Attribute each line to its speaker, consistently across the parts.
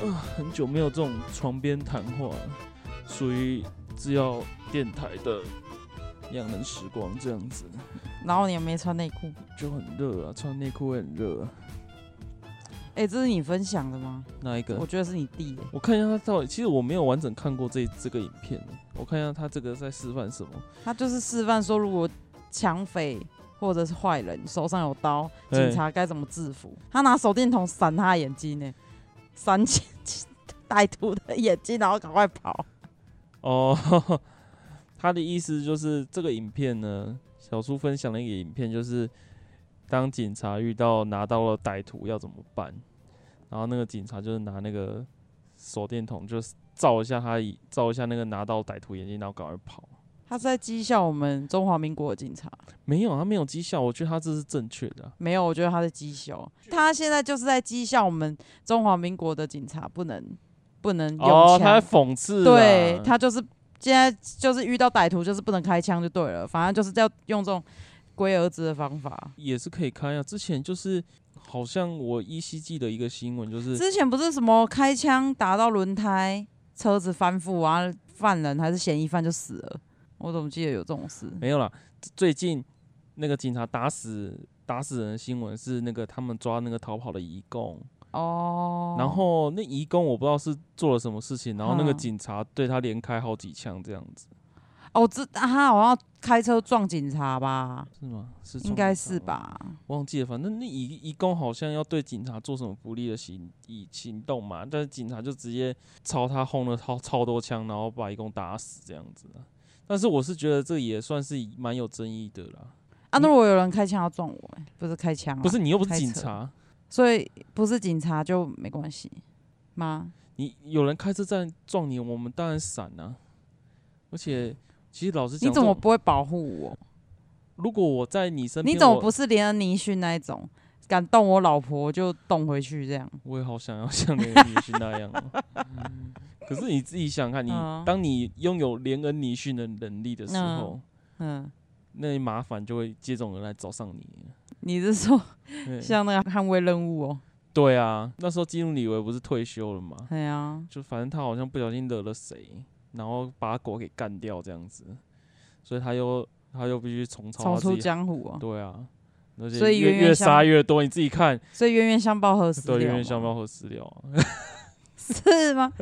Speaker 1: 啊很久没有这种床边谈话了，属于制药电台的两人时光这样子，
Speaker 2: 然后你也没穿内裤，
Speaker 1: 就很热啊，穿内裤会很热、啊。
Speaker 2: 哎、这是你分享的吗？
Speaker 1: 哪一个
Speaker 2: 我？觉得是你弟耶、
Speaker 1: 我看一下他到底，其实我没有完整看过这这个影片，我看一下他这个在示范什么。
Speaker 2: 他就是示范说，如果抢匪或者是坏人手上有刀，
Speaker 1: 哎
Speaker 2: 警察该怎么制服。他拿手电筒闪他的眼睛呢、闪起歹徒的眼睛，然后赶快跑。
Speaker 1: 哦， 他的意思就是这个影片呢，小叔分享了一个影片，就是当警察遇到拿到了歹徒要怎么办，然后那个警察就是拿那个手电筒，就是照一下他一，照一下那个拿到歹徒眼睛，然后赶快跑。
Speaker 2: 他是在讥笑我们中华民国的警察。
Speaker 1: 没有，他没有讥笑，我觉得他这是正确的啊、
Speaker 2: 没有，我觉得他在讥笑，他现在就是在讥笑我们中华民国的警察不能不能用
Speaker 1: 哦，
Speaker 2: 枪，
Speaker 1: 他在讽刺啊，
Speaker 2: 嗯对他就是现在就是遇到歹徒就是不能开枪就对了，反正就是要用这种龟儿子的方法。
Speaker 1: 也是可以开啊。之前就是好像我 E 依稀记得一个新闻，就是
Speaker 2: 之前不是什么开枪打到轮胎，车子翻覆啊，犯人还是嫌疑犯就死了，我怎么记得有这种事？
Speaker 1: 没有啦，最近那个警察打死打死人的新闻是那个他们抓那个逃跑的移工，
Speaker 2: 哦，
Speaker 1: 然后那移工我不知道是做了什么事情，然后那个
Speaker 2: 嗯
Speaker 1: 警察对他连开好几枪这样子，
Speaker 2: 哦，这、啊、他好像开车撞警察吧，
Speaker 1: 是吗？是
Speaker 2: 应该是？吧？
Speaker 1: 忘记了，反正那移移工好像要对警察做什么不利的行以行动嘛，但是警察就直接朝他轰了超超多枪，然后把移工打死这样子啊。但是我是觉得这也算是蛮有争议的啦，
Speaker 2: 啊，那如果有人开枪要撞我、欸，不是开枪、啊，
Speaker 1: 不是你又不是
Speaker 2: 开
Speaker 1: 警
Speaker 2: 车
Speaker 1: 察，
Speaker 2: 所以不是警察就没关系吗？
Speaker 1: 你有人开车在撞你，我们当然闪啊。而且，其实老实讲，
Speaker 2: 你怎么
Speaker 1: 这种
Speaker 2: 不会保护我？
Speaker 1: 如果我在你身边，
Speaker 2: 你怎么
Speaker 1: 我
Speaker 2: 不是连恩尼逊那一种，敢动我老婆就动回去这样？
Speaker 1: 我也好想要像连恩尼逊那样、 啊。可是你自己想想看，你、
Speaker 2: 嗯
Speaker 1: 当你拥有连恩尼逊的能力的时候，
Speaker 2: 嗯，
Speaker 1: 那麻烦就会接踵而来找上你。
Speaker 2: 你是说
Speaker 1: 对
Speaker 2: 像那个捍卫任务哦？
Speaker 1: 对啊，那时候基努里维不是退休了嘛？
Speaker 2: 对啊，
Speaker 1: 就反正他好像不小心惹了谁，然后把狗给干掉这样子，所以他又他又必须重操
Speaker 2: 重
Speaker 1: 他自
Speaker 2: 出
Speaker 1: 己
Speaker 2: 江湖哦。
Speaker 1: 对啊，而且
Speaker 2: 所以
Speaker 1: 越
Speaker 2: 冤冤
Speaker 1: 越
Speaker 2: 相
Speaker 1: 杀越多，你自己看，
Speaker 2: 所以冤冤相报何时了
Speaker 1: 对，
Speaker 2: 嘛？
Speaker 1: 冤冤相报何时了啊？
Speaker 2: 是吗？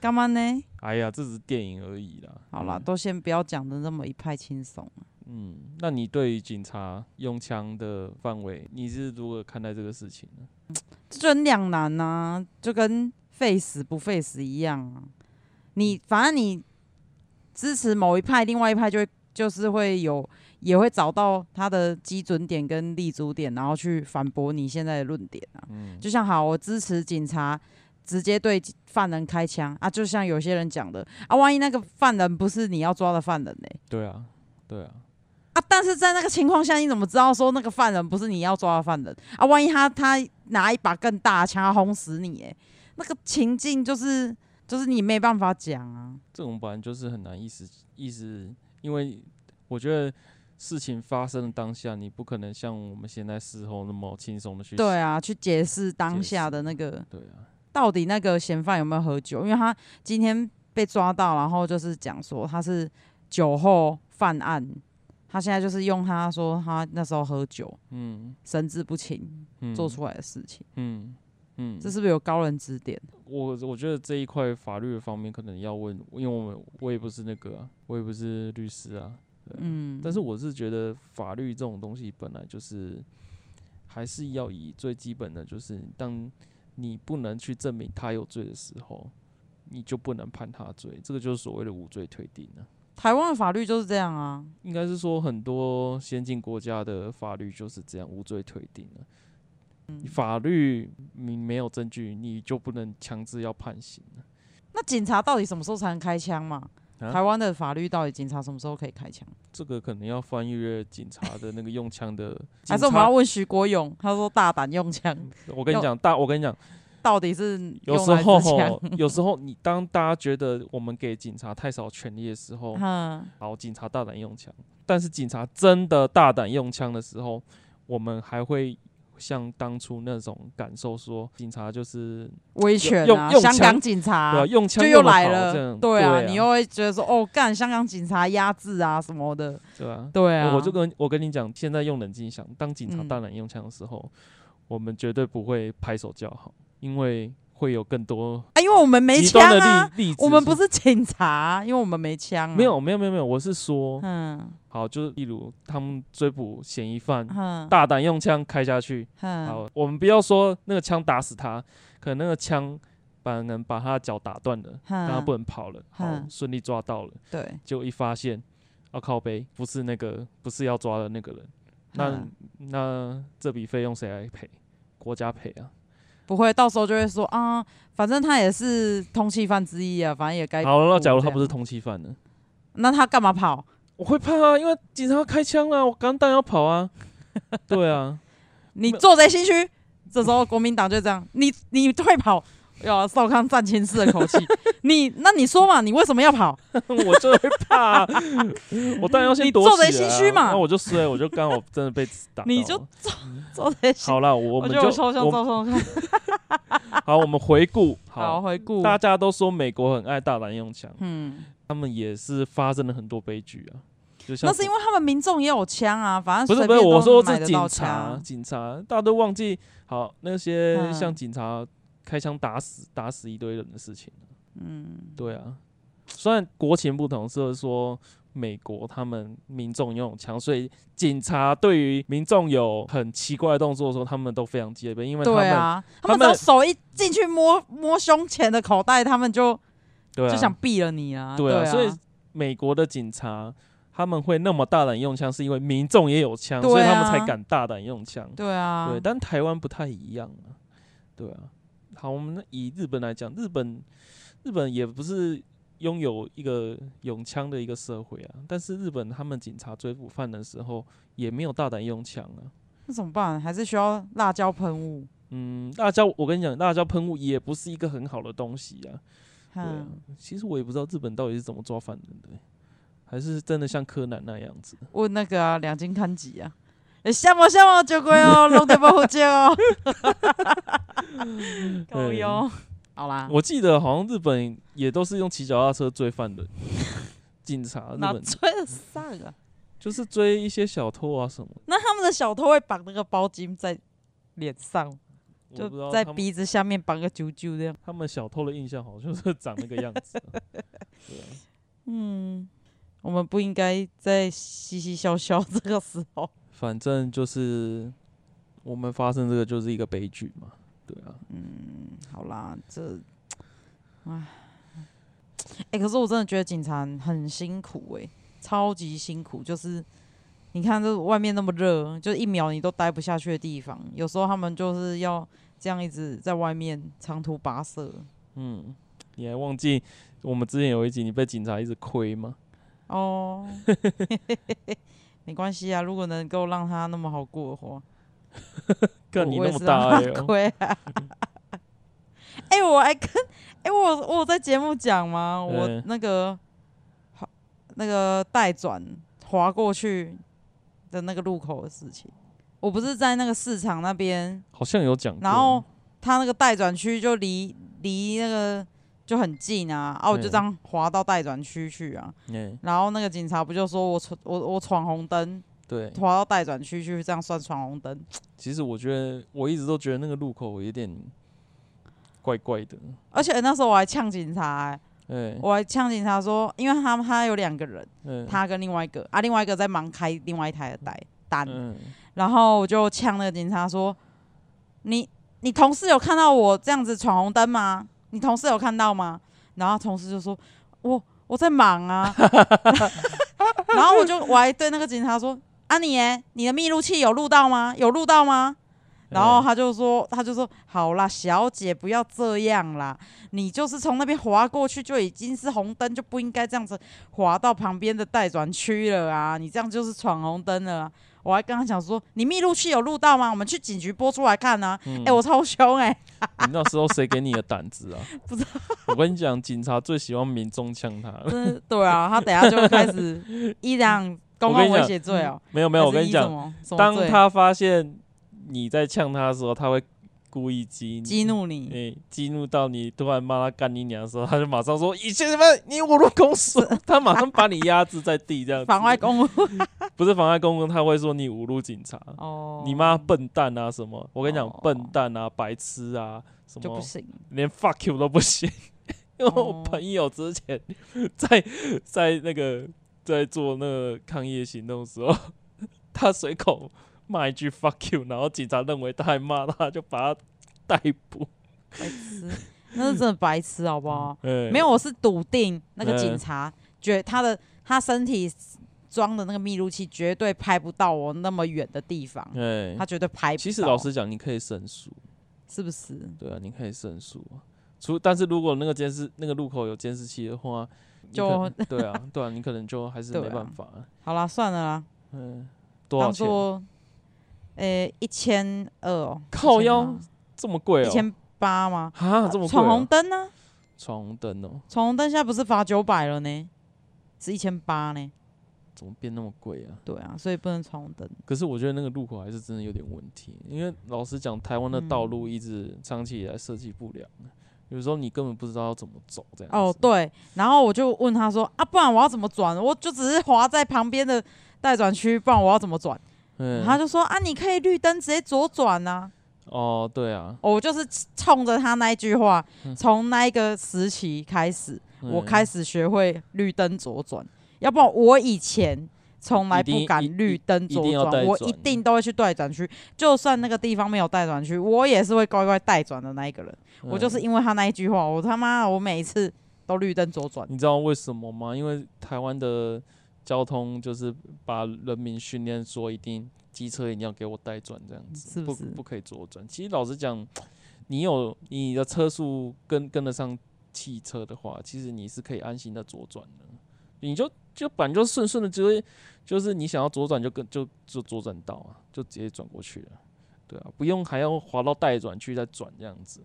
Speaker 2: 干嘛呢？
Speaker 1: 哎呀，这只是电影而已啦。
Speaker 2: 好啦，
Speaker 1: 嗯
Speaker 2: 都先不要讲的那么一派轻松。
Speaker 1: 嗯，那你对于警察用枪的范围，你是如何看待这个事情呢？
Speaker 2: 这就很两难呐、就跟 face 不 face 一样啊。你反正你支持某一派，另外一派就会就是会有也会找到他的基准点跟立足点，然后去反驳你现在的论点啊。
Speaker 1: 嗯，
Speaker 2: 就像好，我支持警察直接对犯人开枪啊，就像有些人讲的啊，万一那个犯人不是你要抓的犯人呢、
Speaker 1: 对啊，对啊，
Speaker 2: 啊，但是在那个情况下，你怎么知道说那个犯人不是你要抓的犯人啊？万一他他拿一把更大的枪要轰死你、欸，那个情境就是就是你没办法讲啊。
Speaker 1: 这种本来就是很难意识意识，因为我觉得事情发生的当下，你不可能像我们现在事后那么轻松的去
Speaker 2: 对
Speaker 1: 啊，
Speaker 2: 啊，去解释当
Speaker 1: 解
Speaker 2: 下
Speaker 1: 释
Speaker 2: 的那个
Speaker 1: 对啊，
Speaker 2: 到底那个嫌犯有没有喝酒，因为他今天被抓到，然后就是讲说他是酒后犯案，他现在就是用他说他那时候喝酒
Speaker 1: 嗯
Speaker 2: 神志不清
Speaker 1: 嗯，
Speaker 2: 做出来的事情，
Speaker 1: 嗯嗯，
Speaker 2: 这是不是有高人指点？
Speaker 1: 我我觉得这一块法律的方面可能要问，因为我们我也不是那个、啊，我也不是律师啊。
Speaker 2: 嗯，
Speaker 1: 但是我是觉得法律这种东西本来就是还是要以最基本的，就是当你不能去证明他有罪的时候，你就不能判他罪，这个就是所谓的无罪推定啊。
Speaker 2: 台湾的法律就是这样啊。
Speaker 1: 应该是说很多先进国家的法律就是这样无罪推定的、法律你没有证据，你就不能强制要判刑啊
Speaker 2: 那警察到底什么时候才能开枪嘛？
Speaker 1: 啊
Speaker 2: 台湾的法律到底警察什么时候可以开枪？
Speaker 1: 这个可能要翻阅警察的那个用枪的警察，
Speaker 2: 还是我们要问徐国勇？他说大胆用枪，
Speaker 1: 我跟你
Speaker 2: 要
Speaker 1: 讲，大我跟你讲，
Speaker 2: 到底是
Speaker 1: 有
Speaker 2: 用
Speaker 1: 时
Speaker 2: 来
Speaker 1: 候
Speaker 2: 自枪
Speaker 1: 吼？有时候你当大家觉得我们给警察太少权利的时候，
Speaker 2: 嗯，
Speaker 1: 好，警察大胆用枪，但是警察真的大胆用枪的时候，我们还会像当初那种感受说警察就是
Speaker 2: 威权
Speaker 1: 用
Speaker 2: 啊，
Speaker 1: 用
Speaker 2: 香
Speaker 1: 枪
Speaker 2: 港警察、
Speaker 1: 对啊，用枪
Speaker 2: 就又
Speaker 1: 得
Speaker 2: 来
Speaker 1: 好
Speaker 2: 了
Speaker 1: 这样，
Speaker 2: 对
Speaker 1: 啊，
Speaker 2: 你又会觉得说，哦，干香港警察压制啊什么的，
Speaker 1: 对啊，
Speaker 2: 对啊，
Speaker 1: 我我就跟我跟你讲，现在用冷静想，当警察
Speaker 2: 嗯
Speaker 1: 大胆用枪的时候，我们绝对不会拍手叫好，因为会有更多
Speaker 2: 啊，因为我们没
Speaker 1: 极
Speaker 2: 枪
Speaker 1: 端的
Speaker 2: 啊，
Speaker 1: 例例子。
Speaker 2: 我们不是警察啊，因为我们没枪、啊，
Speaker 1: 没，有没有没有没有，我是说，
Speaker 2: 嗯
Speaker 1: 好，就是例如他们追捕嫌疑犯，
Speaker 2: 嗯
Speaker 1: 大胆用枪开下去，
Speaker 2: 嗯，
Speaker 1: 好，我们不要说那个枪打死他，可能那个枪把能把他的脚打断了，让他
Speaker 2: 嗯
Speaker 1: 不能跑了，好
Speaker 2: 嗯，
Speaker 1: 顺利抓到了，
Speaker 2: 对，
Speaker 1: 结果一发现，啊靠背，不是那个不是要抓的那个人。那
Speaker 2: 嗯
Speaker 1: 那这笔费用谁来赔？国家赔啊！
Speaker 2: 不会到时候就会说啊，反正他也是通缉犯之一啊，反正也该，
Speaker 1: 好了，那假如
Speaker 2: 这
Speaker 1: 他
Speaker 2: 样
Speaker 1: 不是通缉犯呢？
Speaker 2: 那他干嘛跑？
Speaker 1: 我会怕啊，因为警察要开枪啊，我钢弹要跑 啊。对啊，
Speaker 2: 你
Speaker 1: 没有
Speaker 2: 做贼心虚。这时候国民党就这样，你你退跑，要少康战情室的口 气。你那你说嘛，你为什么要跑？
Speaker 1: 我就会怕、啊， 我当然要先
Speaker 2: 你
Speaker 1: 躲
Speaker 2: 做贼
Speaker 1: 起来
Speaker 2: 心虚
Speaker 1: 啊
Speaker 2: 嘛
Speaker 1: 那我就衰，我就刚好真的被打到了。
Speaker 2: 你就做做贼心。
Speaker 1: 好啦，我
Speaker 2: 我
Speaker 1: 们
Speaker 2: 觉得
Speaker 1: 就
Speaker 2: 我抽象
Speaker 1: 我
Speaker 2: 抽象看。
Speaker 1: 好，我们回顾
Speaker 2: 好，
Speaker 1: 好。
Speaker 2: 回顾。
Speaker 1: 大家都说美国很爱大胆用枪，
Speaker 2: 嗯，
Speaker 1: 他们也是发生了很多悲剧啊。就像
Speaker 2: 那是因为他们民众也有枪啊，反正
Speaker 1: 不是
Speaker 2: 随
Speaker 1: 不是，
Speaker 2: 便都
Speaker 1: 我说
Speaker 2: 买
Speaker 1: 这
Speaker 2: 得
Speaker 1: 警
Speaker 2: 到
Speaker 1: 察
Speaker 2: 枪，啊
Speaker 1: 警察大家都忘记好那些
Speaker 2: 嗯
Speaker 1: 像警察开枪打死打死一堆人的事情。嗯，对啊，虽然国情不同，是说美国他们民众拥有枪，所以警察对于民众有很奇怪的动作的时候，他们都非常戒备，因为他们
Speaker 2: 对啊，
Speaker 1: 他
Speaker 2: 他们只要
Speaker 1: 们
Speaker 2: 手一进去摸摸胸前的口袋，他们就
Speaker 1: 对啊
Speaker 2: 就想毙了你啊。
Speaker 1: 对
Speaker 2: 啊，
Speaker 1: 所以美国的警察。他们会那么大胆用枪，是因为民众也有枪，所以
Speaker 2: 对
Speaker 1: 他
Speaker 2: 啊
Speaker 1: 们才敢大胆用枪。
Speaker 2: 对啊
Speaker 1: 对，，但台湾不太一样啊，对啊。好，我们以日本来讲，日本日本也不是拥有一个用枪的一个社会啊，但是日本他们警察追捕犯的时候也没有大胆用枪啊。
Speaker 2: 那怎么办？还是需要辣椒喷雾。
Speaker 1: 嗯，辣椒，我跟你讲，辣椒喷雾也不是一个很好的东西啊。对啊
Speaker 2: 嗯，，
Speaker 1: 其实我也不知道日本到底是怎么抓犯人的欸、还是真的像柯南那样子？
Speaker 2: 问那个啊，两斤看几啊？诶，下么下么就贵哦，弄得不好 接哦。够哟，好啦，
Speaker 1: 我记得好像日本也都是用骑脚踏车追犯人， 警察日
Speaker 2: 哪
Speaker 1: 本
Speaker 2: 追得上啊？
Speaker 1: 就是追一些小偷啊什么，
Speaker 2: 那他们的小偷会绑那个包巾在脸上，
Speaker 1: 我不知
Speaker 2: 就
Speaker 1: 道
Speaker 2: 在
Speaker 1: 他们
Speaker 2: 鼻子下面绑个啾啾这样。
Speaker 1: 他们小偷的印象好像是 长那个样子 啊、对啊，
Speaker 2: 嗯，我们不应该在嘻嘻笑笑这个时候。
Speaker 1: 反正就是我们发生这个就是一个悲剧嘛，对啊，
Speaker 2: 好啦，这，唉，哎、可是我真的觉得警察很辛苦哎、超级辛苦。就是你看，这外面那么热，就一秒你都待不下去的地方，有时候他们就是要这样一直在外面长途跋涉。
Speaker 1: 嗯，你还忘记我们之前有一集你被警察一直亏吗？
Speaker 2: 哦， 没关系啊，如果能够让他那么好过的话，
Speaker 1: 干你
Speaker 2: 我
Speaker 1: 那
Speaker 2: 也
Speaker 1: 么
Speaker 2: 是
Speaker 1: 大
Speaker 2: 让
Speaker 1: 爱
Speaker 2: 他
Speaker 1: 哦、
Speaker 2: 亏 啊！哎、我还跟哎、我我有在节目讲吗？我
Speaker 1: 嗯
Speaker 2: 那个好那个带转滑过去的那个路口的事情，我不是在那个市场那边，
Speaker 1: 好像有讲过，
Speaker 2: 然后他那个待转区就离离那个就很近啊，啊，我就
Speaker 1: 嗯
Speaker 2: 这样滑到待转区去啊，
Speaker 1: 哎
Speaker 2: 然后那个警察不就说我闯我我闯红灯，
Speaker 1: 对，
Speaker 2: 滑到待转区去，这样算闯红灯？
Speaker 1: 其实我觉得我一直都觉得那个路口有点怪怪的，
Speaker 2: 而且那时候我还呛警察、欸，
Speaker 1: 哎、
Speaker 2: 我还呛警察说，因为他们他有两个人，
Speaker 1: 嗯
Speaker 2: 他跟另外一个啊，另外一个在忙开另外一台的单单，
Speaker 1: 嗯，
Speaker 2: 然后我就呛那个警察说，你你同事有看到我这样子闯红灯吗？你同事有看到吗？然后同事就说，我我在忙 啊，然后我就我还对那个警察说，啊你耶，你的密录器有录到吗？有录到吗？然
Speaker 1: 嗯
Speaker 2: 后他就说，他就说，好啦，小姐不要这样啦，你就是从那边滑过去就已经是红灯，就不应该这样子滑到旁边的待转区了啊，你这样就是闯红灯了、啊。我还跟他讲说，你密录器有录到吗？我们去警局播出来看啊。哎、
Speaker 1: 嗯
Speaker 2: 我超凶哎、
Speaker 1: 你那时候谁给你的胆子啊？
Speaker 2: 不知
Speaker 1: 道。我跟你讲，警察最喜欢民众呛他了。
Speaker 2: 真的对啊，他等下就会开始一两公
Speaker 1: 我跟
Speaker 2: 共
Speaker 1: 你讲
Speaker 2: 威胁罪哦、
Speaker 1: 没有没有，我
Speaker 2: 还
Speaker 1: 跟你
Speaker 2: 是依什
Speaker 1: 讲，
Speaker 2: 么，什么
Speaker 1: 当
Speaker 2: 罪
Speaker 1: 他发现你在呛他的时候，他会故意激你，
Speaker 2: 激怒你，
Speaker 1: 你激怒到你突然骂他干你娘的时候，他就马上说：“以前什么你侮辱公 司，他马上把你压制在地，这样子
Speaker 2: 妨碍公务。
Speaker 1: 不是妨碍公务，他会说你侮辱警察，
Speaker 2: 哦，
Speaker 1: 你妈笨蛋啊什么。我跟你讲，
Speaker 2: 哦
Speaker 1: 笨蛋啊，白痴啊，什
Speaker 2: 就
Speaker 1: 么
Speaker 2: 不行。
Speaker 1: 连 fuck you 都不行。因为我
Speaker 2: 哦
Speaker 1: 朋友之前在在那个在做那个抗议行动的时候，他随口骂一句 fuck you，然后警察认为他还骂他，就把他逮捕。
Speaker 2: 白痴，那是真的白痴，好不好？
Speaker 1: 嗯，
Speaker 2: 没有，我是笃定那个
Speaker 1: 嗯
Speaker 2: 警察绝他的他身体装的那个密录器绝对拍不到我那么远的地方，
Speaker 1: 哎
Speaker 2: 他，绝对拍不到。
Speaker 1: 其实老实讲，你可以申诉，
Speaker 2: 是不是？
Speaker 1: 对啊，你可以申诉啊。除但是如果那个监视那个路口有监视器的话，你可
Speaker 2: 就
Speaker 1: 能对啊，对啊，你可能就还是
Speaker 2: 对
Speaker 1: 没
Speaker 2: 啊
Speaker 1: 办法。
Speaker 2: 好啦，算了啦，
Speaker 1: 嗯，多少
Speaker 2: 当
Speaker 1: 钱？
Speaker 2: 做呃一千二哦，
Speaker 1: 靠腰这么贵
Speaker 2: 一
Speaker 1: 哦、
Speaker 2: 千八吗？
Speaker 1: 哈，这么贵、
Speaker 2: 闯红
Speaker 1: 哦，
Speaker 2: 灯呢？
Speaker 1: 闯红灯哦、
Speaker 2: 闯红灯现在不是罚九百了呢，是一千八呢。
Speaker 1: 怎么变那么贵啊？
Speaker 2: 对啊，所以不能闯红灯。
Speaker 1: 可是我觉得那个路口还是真的有点问题，因为老实讲，台湾的道
Speaker 2: 嗯
Speaker 1: 路一直长期以来设计不良，有时候你根本不知道要怎么走这样子。
Speaker 2: 哦，对，然后我就问他说啊，不然我要怎么转？我就只是滑在旁边的待转区，不然我要怎么转？
Speaker 1: 嗯，
Speaker 2: 他就说啊，你可以绿灯直接左转呐、
Speaker 1: 哦，对啊，
Speaker 2: 哦我就是冲着他那一句话
Speaker 1: 嗯，
Speaker 2: 从那一个时期开始，我
Speaker 1: 嗯
Speaker 2: 开始学会绿灯左转，要不然我以前。从来
Speaker 1: 一定
Speaker 2: 不敢
Speaker 1: 一
Speaker 2: 绿灯
Speaker 1: 一定
Speaker 2: 左
Speaker 1: 要带
Speaker 2: 转，我
Speaker 1: 转
Speaker 2: 一定都会去待转区，就算那个地方没有待转区，我也是会乖乖待转的那一个人。我就是
Speaker 1: 嗯
Speaker 2: 因为他那一句话，我他妈我每一次都绿灯左转。
Speaker 1: 你知道为什么吗？因为台湾的交通就是把人民训练说一定机车一定要给我带转这样子，
Speaker 2: 嗯是不是
Speaker 1: 不可以左转。其实老实讲，你有你的车速跟跟得上汽车的话，其实你是可以安心的左转的，你就就本来就顺顺的，就会就是你想要左转就跟就就左转道啊，就直接转过去了。对啊，不用还要滑到待转区再转这样子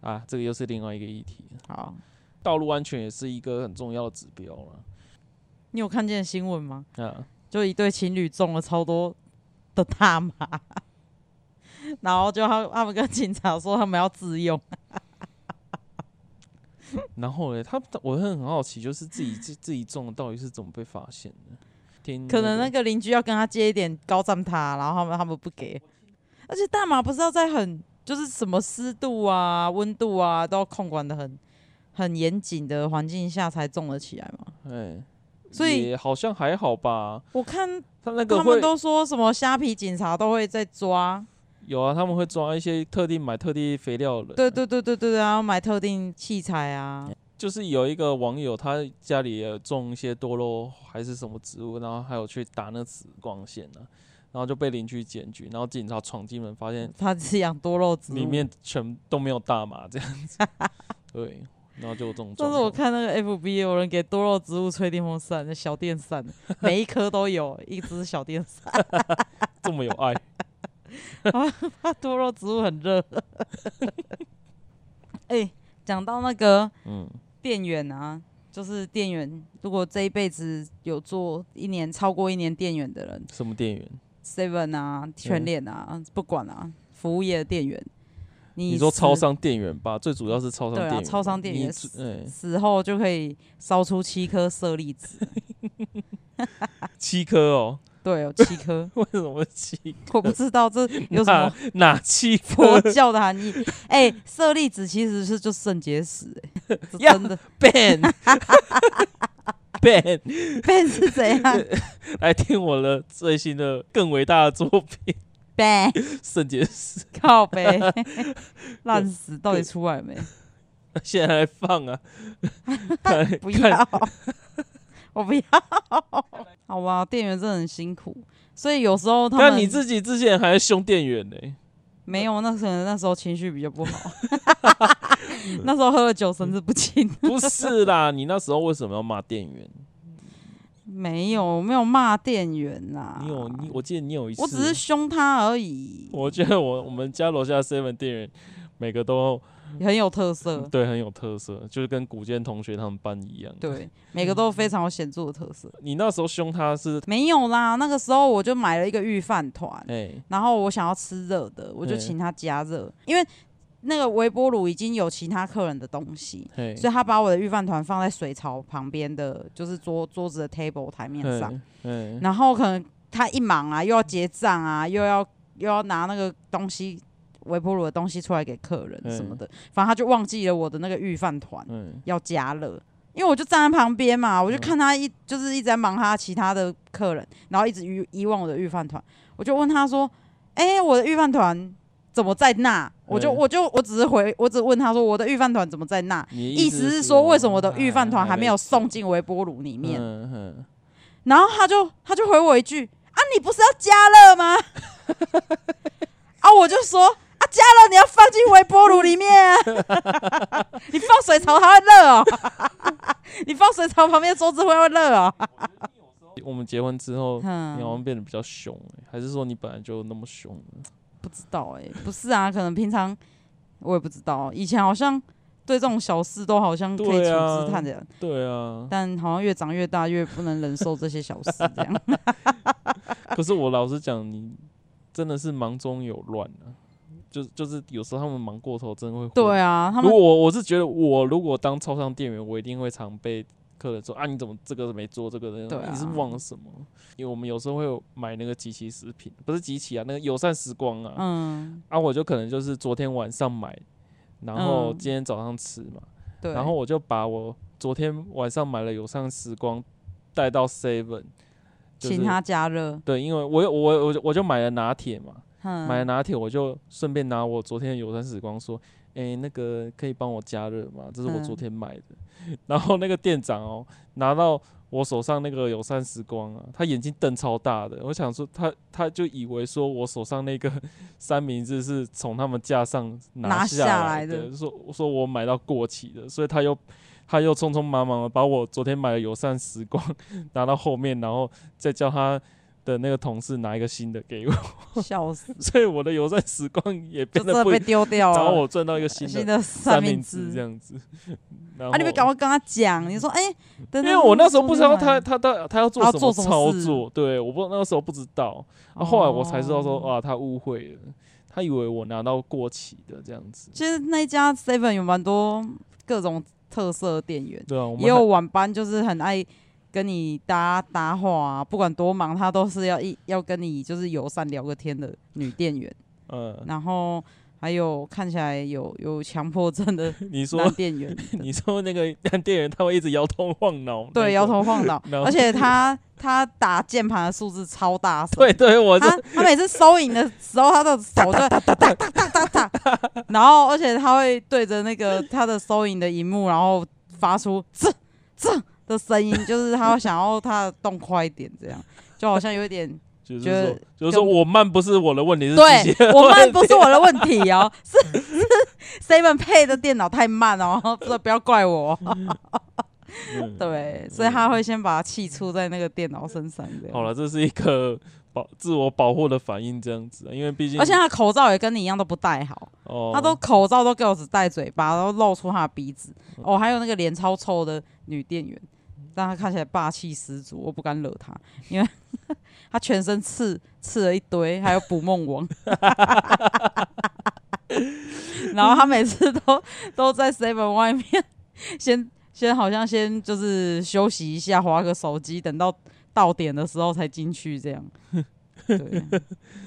Speaker 1: 啊，这个又是另外一个议题了。
Speaker 2: 好，
Speaker 1: 道路安全也是一个很重要的指标了。
Speaker 2: 你有看见新闻吗？
Speaker 1: 啊，
Speaker 2: 就一对情侣中了超多的大麻，然后就他他们跟警察说他们要自用，
Speaker 1: 然后嘞，他我会很好奇，就是自己自自己中的到底是怎么被发现的？听
Speaker 2: 可能那
Speaker 1: 那
Speaker 2: 个邻居要跟他借一点高赞他，然后他们他们不给，而且大麻不是要在很就是什么湿度啊、温度啊都要控管的很很严谨的环境下才种得起来嘛。
Speaker 1: 个哎，
Speaker 2: 所以
Speaker 1: 也好像还好吧。
Speaker 2: 我看
Speaker 1: 他那个
Speaker 2: 他
Speaker 1: 会
Speaker 2: 们都说什么虾皮警察都会在抓，
Speaker 1: 有啊，他们会抓一些特地买特地肥料的人。
Speaker 2: 对，对对对对，然后买特定器材啊，
Speaker 1: 就是有一个网友，他家里也种一些多肉还是什么植物，然后还有去打那紫光线呢、然后就被邻居检举，然后警察闯进门发现
Speaker 2: 他是养多肉植物。啊
Speaker 1: 里面全都没有大麻这样子。 对，然后就有这种状
Speaker 2: 但是我
Speaker 1: 况。
Speaker 2: 看那个 FB 有人给多肉植物吹电风扇，小电扇， 每一颗都有一只小电扇。
Speaker 1: 这么有爱。
Speaker 2: 它多肉植物很热。 哎、讲到那个
Speaker 1: 嗯，
Speaker 2: 店员啊，就是店员，如果这一辈子有做一年超过一年店员的人
Speaker 1: 什么店员？
Speaker 2: ，Seven 啊、全联啊，不管啊，服务业的店员，你
Speaker 1: 你说超
Speaker 2: 死
Speaker 1: 商店员吧，最主要是超商
Speaker 2: 对
Speaker 1: 店
Speaker 2: 啊
Speaker 1: 员吧。
Speaker 2: 超商店员
Speaker 1: 你最哎，
Speaker 2: 死后就可以烧出七颗舍利子，
Speaker 1: 七颗哦，，
Speaker 2: 对，有七颗
Speaker 1: 为什么七？
Speaker 2: 我不知道这有什么。
Speaker 1: 哪哪七
Speaker 2: 佛
Speaker 1: 颗？
Speaker 2: 教的含义。 哎、舍利子其实是就肾结石、 哎，这
Speaker 1: 呀
Speaker 2: 真的
Speaker 1: ban ban，
Speaker 2: ban 是怎样
Speaker 1: 来听我的最新的更伟大的作品
Speaker 2: ban
Speaker 1: 《圣洁史》，
Speaker 2: 靠背，烂死，到底出来没？
Speaker 1: 现在还放 啊！看
Speaker 2: 不
Speaker 1: 看
Speaker 2: 要， 我不要， 好吧，店员真的很辛苦，所以有时候他
Speaker 1: 但
Speaker 2: 们
Speaker 1: 你自己之前还凶店员呢，
Speaker 2: 没有，那可能那时候情绪比较 不好， 那时候喝了酒神志不清，
Speaker 1: 不是 啦？你那时候为什么要骂店员？
Speaker 2: 没有，我没有骂店员啦，
Speaker 1: 你有你，我记得你有一次，
Speaker 2: 我只是凶他而已，
Speaker 1: 我觉得我我们家楼下 seven 店员每个都
Speaker 2: 很有特色，
Speaker 1: 对很有特色，就是跟古建同学他们班一样。，
Speaker 2: 对，每个都非常有显著的特色。
Speaker 1: 你那时候凶他是
Speaker 2: 没有啦，那个时候我就买了一个御饭团，
Speaker 1: 哎、
Speaker 2: 然后我想要吃热的，我就
Speaker 1: 嗯
Speaker 2: 请他加热，因为那个微波炉已经有其他客人的东西，
Speaker 1: 嘿，
Speaker 2: 所以他把我的御饭团放在水槽旁边的，就是桌桌子的啊 table 台面上。
Speaker 1: 嗯，
Speaker 2: 然后可能他一忙啊，又要结账啊，又要又要拿那个东西微波炉的东西出来给客人什么的，反正他就忘记了我的那个预饭团
Speaker 1: 嗯
Speaker 2: 要加热，因为我就站在旁边嘛，我就看他一就是一直在忙他其他的客人，然后一直遗遗忘我的预饭团，我就问他说：“哎、我的预饭团怎么在那？”我就
Speaker 1: 嗯
Speaker 2: 我就我只是回，我只问他说：“我的预饭团怎么在那？”
Speaker 1: 你的
Speaker 2: 意思是说，为什么我的预饭团
Speaker 1: 哎
Speaker 2: 还没有送进微波炉里面？
Speaker 1: 嗯嗯
Speaker 2: 然后他就他就回我一句：“啊，你不是要加热吗？” 啊，我就说：“啊，加热你要放进微波炉里面啊， 你放水槽它会热哦， 你放水槽旁边桌子会会热哦。
Speaker 1: 我们结婚之后”，你好
Speaker 2: 嗯，
Speaker 1: 像变得比较凶、欸，还是说你本来就那么凶了？
Speaker 2: 不知道哎、不是啊，可能平常我也不知道，以前好像对这种小事都好像可以处
Speaker 1: 对啊
Speaker 2: 之泰然，
Speaker 1: 对啊，
Speaker 2: 但好像越长越大越不能忍受这些小事这样。 呃
Speaker 1: 可是我老实讲，你真的是忙中有乱啊，就就是有时候他们忙过头，真的会
Speaker 2: 对啊，他
Speaker 1: 如
Speaker 2: 们
Speaker 1: 果我是觉得，我如果当超商店员，我一定会常被客人说啊，你怎么这个没做这个呢？
Speaker 2: 对啊
Speaker 1: 你是忘了什么？因为我们有时候会有买那个集齐食品，不是集齐啊，那个友善时光啊，
Speaker 2: 嗯，
Speaker 1: 啊，我就可能就是昨天晚上买，然后
Speaker 2: 嗯
Speaker 1: 今天早上吃嘛，
Speaker 2: 对，
Speaker 1: 然后我就把我昨天晚上买了友善时光带到 Seven，、就是、
Speaker 2: 请他加热，
Speaker 1: 对，因为我有我我就我就买了拿铁嘛，
Speaker 2: 嗯，
Speaker 1: 买了拿铁，我就顺便拿我昨天的友善时光说，诶，那个可以帮我加热吗？这是我昨
Speaker 2: 嗯
Speaker 1: 天买的。然后那个店长哦，拿到我手上那个友善时光啊，他眼睛瞪超大的，我想说他他就以为说我手上那个 三明治是从他们架上
Speaker 2: 拿下
Speaker 1: 下
Speaker 2: 来的
Speaker 1: 的，说说我买到过期的，所以他又。他又匆匆忙忙的把我昨天买的友善时光 拿到后面，然后再叫他的那个同事拿一个新的给我。
Speaker 2: 笑死。
Speaker 1: 所以我的友善时光也
Speaker 2: 就
Speaker 1: 变
Speaker 2: 真
Speaker 1: 得
Speaker 2: 的
Speaker 1: 不
Speaker 2: 被，丢掉
Speaker 1: 然后
Speaker 2: 了。
Speaker 1: 我赚到一个新
Speaker 2: 新
Speaker 1: 的
Speaker 2: 的三
Speaker 1: 明
Speaker 2: 明
Speaker 1: 治这样子。然
Speaker 2: 啊，
Speaker 1: 后
Speaker 2: 你别赶快跟他讲，你说哎，等
Speaker 1: 因
Speaker 2: 等
Speaker 1: 为我那时候不知道
Speaker 2: 我做
Speaker 1: 他
Speaker 2: 完
Speaker 1: 他他他要做
Speaker 2: 他要
Speaker 1: 什
Speaker 2: 做
Speaker 1: 么
Speaker 2: 什么
Speaker 1: 操
Speaker 2: 事
Speaker 1: 作，对，我不那个时候不知道，然后后来我才知道说，
Speaker 2: 哦
Speaker 1: 啊哇，他误会了，他以为我拿到过期的这样子。
Speaker 2: 其实那一家 Seven 有蛮多各种特色店员，
Speaker 1: 对啊，我们
Speaker 2: 也有
Speaker 1: 还
Speaker 2: 晚班，就是很爱跟你搭搭话啊，不管多忙，他都是要一要跟你就是友善聊个天的女店员。
Speaker 1: 嗯，
Speaker 2: 然后还有看起来有有强迫症的
Speaker 1: 你说
Speaker 2: 男店员，
Speaker 1: 你说那个男店员他会一直摇头晃脑，
Speaker 2: 对，摇，头晃脑，
Speaker 1: 然后
Speaker 2: 而且 他他打键盘的数字超大声，
Speaker 1: 对对，我
Speaker 2: 他
Speaker 1: 是
Speaker 2: 他每次收银的时候，他的手就哒哒哒哒哒哒，然后而且他会对着那个他的收银的荧幕，然后发出这这的声音，就是他会想要他的动快一点，这样就好像有一点
Speaker 1: 就是
Speaker 2: 觉得
Speaker 1: 说就是说我慢不是我的问题，是机器
Speaker 2: 对
Speaker 1: 的
Speaker 2: 我
Speaker 1: 问
Speaker 2: 慢
Speaker 1: 题
Speaker 2: 不是我的问 题哦，是是 Seven 配的电脑太慢哦， 不不要怪我，
Speaker 1: 嗯
Speaker 2: 对，所以他会先把气出在那个电脑身上，这样
Speaker 1: 好了，这是一个保自我保护的反应，这样子，啊因为毕竟
Speaker 2: 而且他口罩也跟你一样都不戴好。
Speaker 1: 哦，
Speaker 2: 他都口罩都给我只戴嘴巴，然后露出他的鼻子。哦，还有那个脸超臭的女店员，让她看起来霸气十足，我不敢惹她，因为 她全身刺刺了一堆，还有捕梦网。 然后她每次都 都在 seven 外面， 先先好像先就是休息一下，划个手机，等到到点的时候才进去这样。对，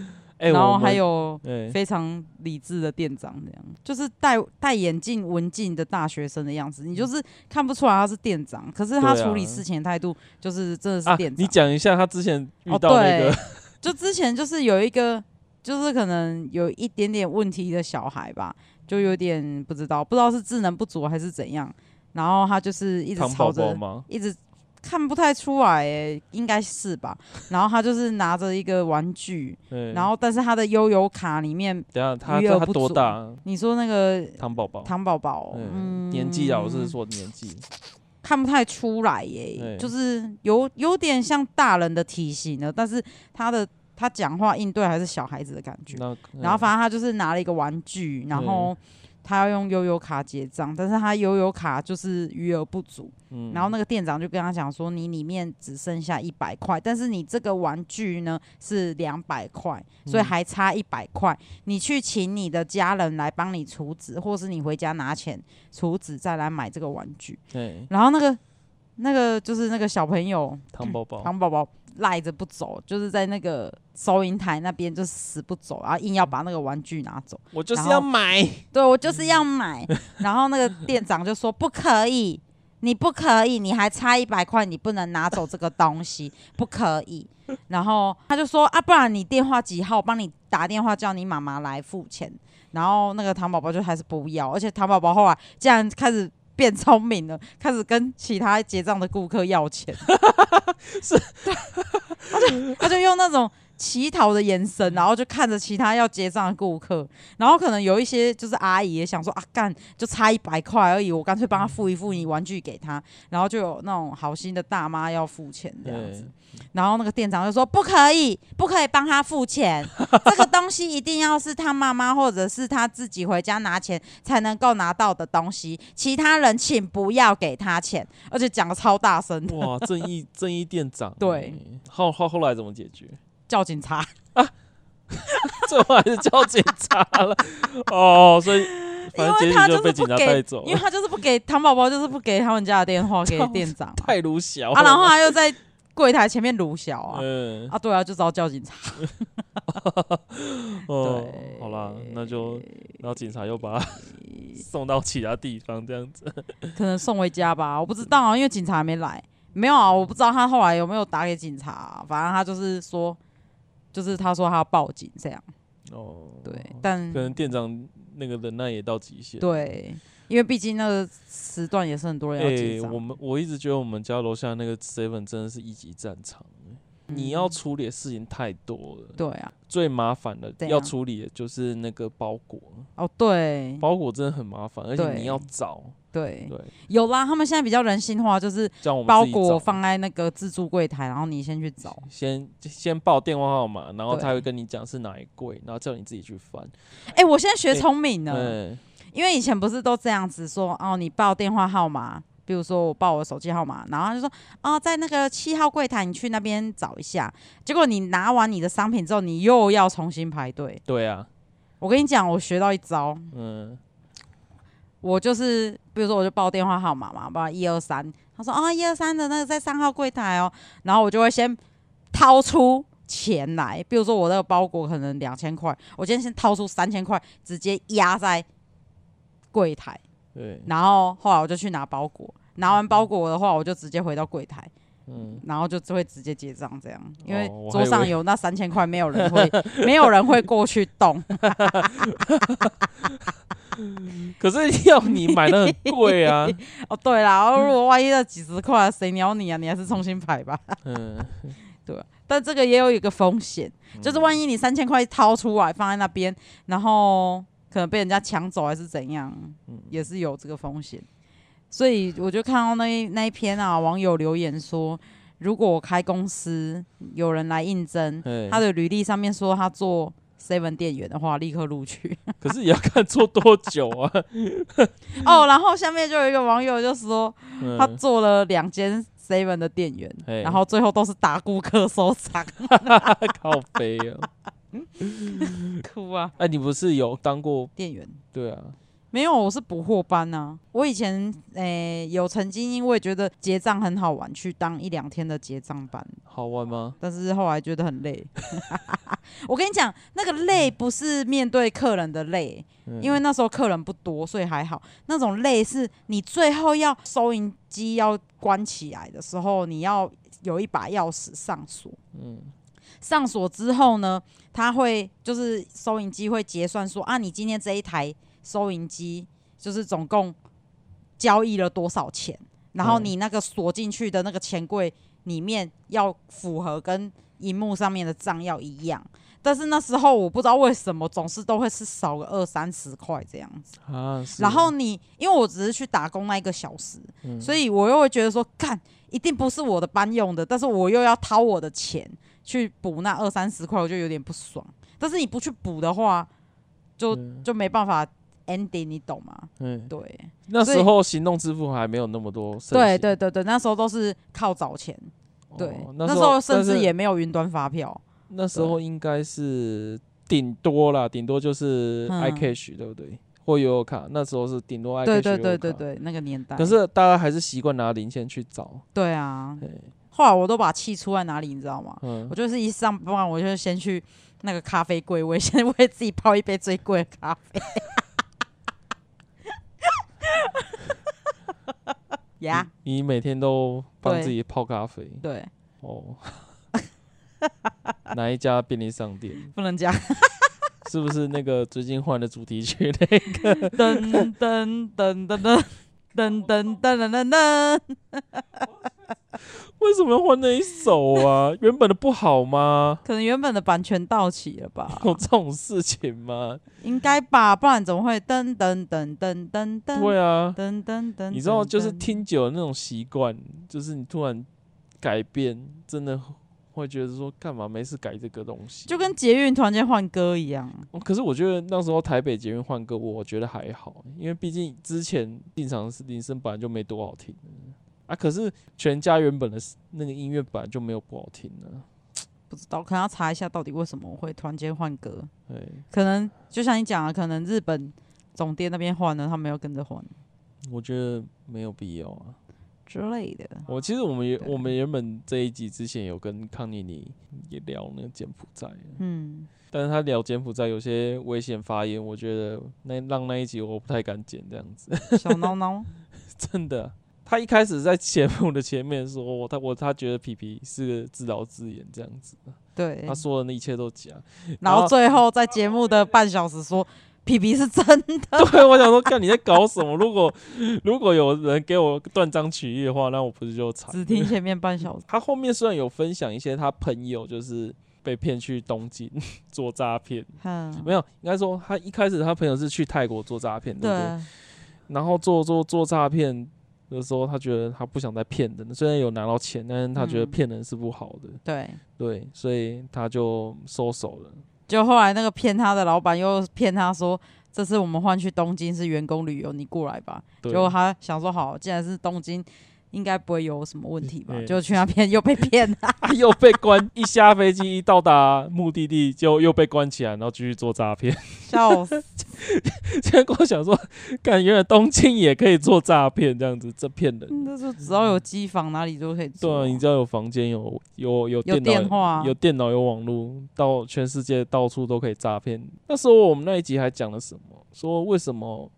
Speaker 1: 哎，
Speaker 2: 然
Speaker 1: 我
Speaker 2: 后
Speaker 1: 们
Speaker 2: 还有
Speaker 1: 哎，
Speaker 2: 非常理智的店长，这样就是戴戴眼镜、文静的大学生的样子，你就是看不出来他是店长，可是他
Speaker 1: 嗯对啊
Speaker 2: 处理事情的态度就是真
Speaker 1: 啊
Speaker 2: 的是店，长。
Speaker 1: 你讲一下他之前遇到
Speaker 2: 哦
Speaker 1: 那
Speaker 2: 对
Speaker 1: 个，
Speaker 2: 就之前就是有一个，就是可能有一点点问题的小孩吧，就有点不知道，不知道是智能不足还是怎样，然后他就是一直
Speaker 1: 糖
Speaker 2: 吵
Speaker 1: 宝
Speaker 2: 着
Speaker 1: 宝吗？
Speaker 2: 一直看不太出来、欸，应该是吧。然后他就是拿着一个玩具，
Speaker 1: 对，
Speaker 2: 然后但是他的悠游卡里面，
Speaker 1: 等一下他
Speaker 2: 余额
Speaker 1: 他
Speaker 2: 不
Speaker 1: 多
Speaker 2: 足
Speaker 1: 大？啊
Speaker 2: 你说那个
Speaker 1: 糖宝宝，
Speaker 2: 糖宝宝，
Speaker 1: 嗯，
Speaker 2: 嗯，
Speaker 1: 年纪啊，我是说年纪，
Speaker 2: 看不太出来耶、
Speaker 1: 对
Speaker 2: 就是有有点像大人的体型了，但是他的他讲话应对还是小孩子的感觉。
Speaker 1: 那
Speaker 2: 嗯然后反正他就是拿了一个玩具，然后他要用悠游卡结账，但是他悠游卡就是余额不足，
Speaker 1: 嗯
Speaker 2: 然后那个店长就跟他讲说，你里面只剩下一百块，但是你这个玩具呢是两百块，所
Speaker 1: 嗯
Speaker 2: 以还差一百块，你去请你的家人来帮你储值，或是你回家拿钱储值再来买这个玩具。
Speaker 1: 对
Speaker 2: 然后那个那个就是那个小朋友
Speaker 1: 糖宝宝，
Speaker 2: 糖宝宝赖着不走，就是在那个收银台那边就死不走，然后硬要把那个玩具拿走。
Speaker 1: 我就是
Speaker 2: 然后
Speaker 1: 要买，
Speaker 2: 对我就是要买，然后那个店长就说不可以，你不可以，你还差一百块，你不能拿走这个东西，不可以。然后他就说啊，不然你电话几号，我帮你打电话叫你妈妈来付钱。然后那个糖宝宝就还是不要，而且糖宝宝后来竟然开始变聪明了，开始跟其他结账的顾客要钱，
Speaker 1: 是
Speaker 2: 对， 他就他就用那种乞讨的眼神，然后就看着其他要结账的顾客，然后可能有一些就是阿姨也想说啊干，就差一百块而已，我干脆帮他付一付你玩具给他，然后就有那种好心的大妈要付钱这样子
Speaker 1: 对，，
Speaker 2: 然后那个店长就说不可以，不可以帮他付钱， 这个东西一定要是他妈妈或者是他自己回家拿钱才能够拿到的东西，其他人请不要给他钱，而且讲的超大声的，
Speaker 1: 哇，正义正义店 长，
Speaker 2: 对
Speaker 1: 欸，后后后来怎么解决？
Speaker 2: 叫警察。
Speaker 1: 最后还是叫警察了，哦，所以反正
Speaker 2: 因
Speaker 1: 结
Speaker 2: 为他
Speaker 1: 局
Speaker 2: 就
Speaker 1: 就是被警
Speaker 2: 不
Speaker 1: 察
Speaker 2: 给
Speaker 1: 带走
Speaker 2: 因为
Speaker 1: 了，
Speaker 2: 他就是不给糖宝宝，就是不给他们家的电话给
Speaker 1: 这样
Speaker 2: 店长啊，
Speaker 1: 太鲁小
Speaker 2: 啊然后
Speaker 1: 了，
Speaker 2: 他又在柜台前面鲁 小啊，
Speaker 1: 嗯，
Speaker 2: 啊，对啊，就只好叫警察。
Speaker 1: 哦
Speaker 2: 对，
Speaker 1: 好啦，那就然后警察又把 他送到其他地方这样子，
Speaker 2: 可能送回家吧，我不知道啊，因为警察还没来。没有啊，我不知道他后来有没有打给警察啊、反正他就是说，就是他说他要报警这样。
Speaker 1: 哦，
Speaker 2: 对，但
Speaker 1: 可能店长那个忍耐也到极限。
Speaker 2: 对，因为毕竟那个时段也是很多人要
Speaker 1: 哎、
Speaker 2: 结账。
Speaker 1: 我们我一直觉得我们家楼下那个 Seven 真的是一级战场、欸你要处理的事情太多了，
Speaker 2: 嗯对啊，
Speaker 1: 最麻烦的
Speaker 2: 怎
Speaker 1: 要
Speaker 2: 样
Speaker 1: 处理的就是那个包裹，
Speaker 2: 哦对
Speaker 1: 包裹真的很麻烦，而且
Speaker 2: 对
Speaker 1: 你要找，
Speaker 2: 对
Speaker 1: 对，，
Speaker 2: 有啦，他们现在比较人性化，就是
Speaker 1: 像我们
Speaker 2: 包
Speaker 1: 自己找
Speaker 2: 裹放在那个自助柜台，然后你先去找。
Speaker 1: 先先报电话号码，然后
Speaker 2: 对
Speaker 1: 他会跟你讲是哪一柜，然后叫你自己去翻。嗯
Speaker 2: 哎、我现在学聪明了。
Speaker 1: 对，
Speaker 2: 因为以前不是都这样子说哦，你报电话号码，比如说我报我手机号码，然后他就说哦，在那个七号柜台你去那边找一下。结果你拿完你的商品之后，你又要重新排队。
Speaker 1: 对啊，
Speaker 2: 我跟你讲，我学到一招，
Speaker 1: 嗯，
Speaker 2: 我就是比如说我就报电话号码嘛，报一二三，他说啊一二三的那个在三号柜台哦，然后我就会先掏出。钱来，比如说我那个包裹可能两千块，我今天先掏出三千块，直接压在柜台，
Speaker 1: 对，
Speaker 2: 然后后来我就去拿包裹，拿完包裹的话，我就直接回到柜台，
Speaker 1: 嗯，
Speaker 2: 然后就会直接结账这样，因为
Speaker 1: 哦我还
Speaker 2: 桌
Speaker 1: 以
Speaker 2: 上
Speaker 1: 为
Speaker 2: 有那三千块，没有人会，没有人会过去动。
Speaker 1: 可是 要你买的 很贵啊，
Speaker 2: 哦，对啦，如果万一那几十块，谁鸟你啊？你还是重新排吧。
Speaker 1: 嗯，
Speaker 2: 但这个也有一个风险，就是万一你三千块掏出来放在那边，然后可能被人家抢走还是怎样，
Speaker 1: 嗯
Speaker 2: 也是有这个风险。所以我就看到那一那一篇啊，网友留言说，如果我开公司，有人来应征，
Speaker 1: 对
Speaker 2: 他，的履历上面说他做 seven 店员的话，立刻录取。
Speaker 1: 可是也要看做多久 啊，
Speaker 2: 哦，然后下面就有一个网友就说，他
Speaker 1: 嗯，
Speaker 2: 做了两间 seven 的店员，
Speaker 1: 嘿
Speaker 2: 然后最后都是打顾客收场，
Speaker 1: 靠背啊，
Speaker 2: 哭啊，
Speaker 1: 哎，你不是有当过？
Speaker 2: 店员。
Speaker 1: 对啊，
Speaker 2: 没有，我是补货班呐、我以前诶、有曾经因为觉得结账很好玩，去当一两天的结账班，
Speaker 1: 好玩吗？
Speaker 2: 但是后来觉得很累。 我跟你讲，那个累不是面对客人的累，
Speaker 1: 嗯
Speaker 2: 因为那时候客人不多，所以还好。那种累是你最后要收银机要关起来的时候，你要有一把钥匙上锁。
Speaker 1: 嗯，
Speaker 2: 上锁之后呢，他会就是收银机会结算说啊，你今天这一台收银机就是总共交易了多少钱，然后
Speaker 1: 嗯
Speaker 2: 你那个锁进去的那个钱柜里面要符合跟荧幕上面的账要一样。但是那时候我不知道为什么总是都会是少个二三十块这样子，
Speaker 1: 啊，是
Speaker 2: 然后
Speaker 1: 哦
Speaker 2: 你因为我只是去打工那一个小时，
Speaker 1: 嗯
Speaker 2: 所以我又会觉得说，干一定不是我的班用的，但是我又要掏我的钱去补那二三十块，我就有点不爽。但是你不去补的话，就
Speaker 1: 嗯
Speaker 2: 就没办法 ending，你懂吗？
Speaker 1: 嗯，
Speaker 2: 对，
Speaker 1: 那
Speaker 2: 所以
Speaker 1: 时候行动支付还没有那么多盛行，
Speaker 2: 对对对对，那时候都是靠找钱，
Speaker 1: 哦
Speaker 2: 对，
Speaker 1: 那
Speaker 2: 时候
Speaker 1: 但
Speaker 2: 甚至
Speaker 1: 是
Speaker 2: 也没有云端发票，
Speaker 1: 那时候应该是顶多啦，顶多就是
Speaker 2: 嗯
Speaker 1: iCash 对不对？或悠游卡，那时候是顶多 iCash
Speaker 2: 对对
Speaker 1: 悠
Speaker 2: 对
Speaker 1: 游
Speaker 2: 对
Speaker 1: 卡。
Speaker 2: 对，那个年代。
Speaker 1: 可是大家还是习惯拿零钱去找，
Speaker 2: 对啊
Speaker 1: 对，
Speaker 2: 后来我都把气出在哪里，你知道吗？
Speaker 1: 嗯
Speaker 2: 我，就是一上班，我就先去那个咖啡柜，我也先 为自己泡一杯最贵的咖啡。呀、
Speaker 1: 你你每天都帮
Speaker 2: 对
Speaker 1: 自己泡咖啡
Speaker 2: 对，
Speaker 1: 哦。 哪一家便利商店？
Speaker 2: 不能讲。
Speaker 1: 是不是那个最近换的主题 曲嘞？
Speaker 2: 噔噔噔噔噔噔噔噔噔噔噔，
Speaker 1: 为什么要换那一首啊？原本的不好吗？
Speaker 2: 可能原本的版权到期了吧？
Speaker 1: 有这种事情吗？
Speaker 2: 应该吧，不然怎么会噔噔噔噔噔噔？
Speaker 1: 对
Speaker 2: 啊，
Speaker 1: 啊，
Speaker 2: 噔噔噔，
Speaker 1: 你知道，就是
Speaker 2: 噔
Speaker 1: 听久了那种习惯，就是你突然改变，真的会觉得说干嘛没事改这个东西。
Speaker 2: 就跟捷运突然间换歌一样。
Speaker 1: 哦可是我觉得那时候台北捷运换歌，我觉得还好，因为毕竟之前进场是铃声本来就没多好听啊。可是全家原本的那个音乐本来就没有不好听呢、
Speaker 2: 不知道，可能要查一下到底为什么会突然间换歌。
Speaker 1: 对，
Speaker 2: 可能就像你讲啊，可能日本总店那边换了，他没有跟着换
Speaker 1: 我觉得没有必要啊。
Speaker 2: 之类的。
Speaker 1: 我其实我们原
Speaker 2: 对
Speaker 1: 我们原本这一集之前有跟康妮妮也聊那个柬埔寨，
Speaker 2: 嗯，
Speaker 1: 但是他聊柬埔寨有些危险发言，我觉得那让那一集我不太敢剪这样子，
Speaker 2: 小孬孬，
Speaker 1: 真的。他一开始在节目的前面说，我他我他觉得皮皮是个自导自演这样子，
Speaker 2: 对
Speaker 1: 他。说的那一切都假。
Speaker 2: 然后最后在节目的半小时说皮皮是真的，
Speaker 1: 对，我想说，看你在搞什么？如果 如果有人给我断章取义的话，那我不是就惨？
Speaker 2: 只听前面半小时。
Speaker 1: 他后面虽然有分享一些他朋友就是被骗去东京 做诈骗，
Speaker 2: 嗯，
Speaker 1: 没有，应该说他一开始他朋友是去泰国做诈骗，对不对？
Speaker 2: 对，
Speaker 1: 然后做做做诈骗的时候，他觉得他不想再骗人，虽然有拿到钱，但是他觉得
Speaker 2: 嗯
Speaker 1: 骗人是不好的，
Speaker 2: 对。
Speaker 1: 对，所以他就收手了。
Speaker 2: 就后来那个骗他的老板又骗他说，这次我们换去东京是员工旅游，你过来吧。
Speaker 1: 对
Speaker 2: 结，果他想说好，既然是东京，应该不会有什么问题吧？
Speaker 1: 嗯
Speaker 2: 就去那边又被骗了。
Speaker 1: 他啊又被关，一下飞机一到达目的地就又被关起来，然后继续做诈骗。
Speaker 2: 笑死！
Speaker 1: 结果想说，感原来东京也可以做诈骗，这样子这骗人。
Speaker 2: 那就只要有机房，哪里都可以
Speaker 1: 对
Speaker 2: 做、
Speaker 1: 啊，你只要有房间，有有有
Speaker 2: 有
Speaker 1: 电脑，
Speaker 2: 电话，
Speaker 1: 有电脑有网络，到全世界到处都可以诈骗。那时候我们那一集还讲了什么？说为什么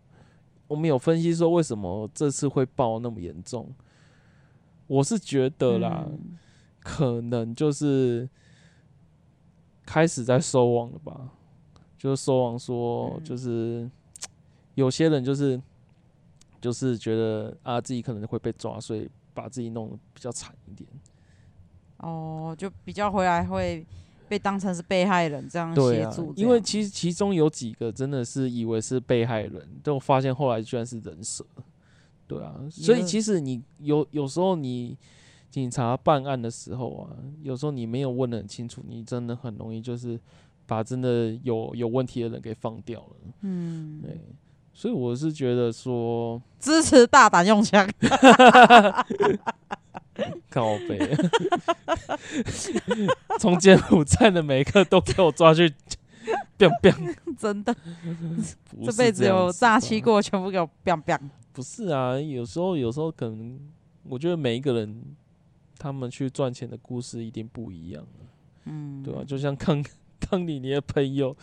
Speaker 1: 我们有分析说为什么这次会爆那么严重？我是觉得啦，
Speaker 2: 嗯
Speaker 1: 可能就是开始在收网了吧，就是收网说
Speaker 2: 嗯
Speaker 1: 就是、有些人就是就是觉得啊自己可能会被抓，所以把自己弄得比较惨一点。
Speaker 2: 哦，就比较回来会被当成是被害人这样
Speaker 1: 对
Speaker 2: 协
Speaker 1: 啊
Speaker 2: 助这样、，
Speaker 1: 因为其实其中有几个真的是以为是被害人，但我发现后来居然是人蛇。对啊，所以
Speaker 2: 也
Speaker 1: 其实你有有时候你警察办案的时候啊，有时候你没有问的很清楚，你真的很容易就是把真的有有问题的人给放掉了。
Speaker 2: 嗯，
Speaker 1: 对，所以我是觉得说，
Speaker 2: 支持大胆用枪，
Speaker 1: 靠背， 从柬埔寨的每一个都给我抓去 ，biang biang，
Speaker 2: 真的，
Speaker 1: 不
Speaker 2: 这
Speaker 1: 是
Speaker 2: 辈子
Speaker 1: 样
Speaker 2: 有
Speaker 1: 子
Speaker 2: 诈
Speaker 1: 吧
Speaker 2: 欺过，全部给我 biang biang。
Speaker 1: 不是啊，有时候有时候可能，我觉得每一个人他们去赚钱的故事一定不一样，
Speaker 2: 嗯，
Speaker 1: 对吧、啊就像康 康妮妮的朋友，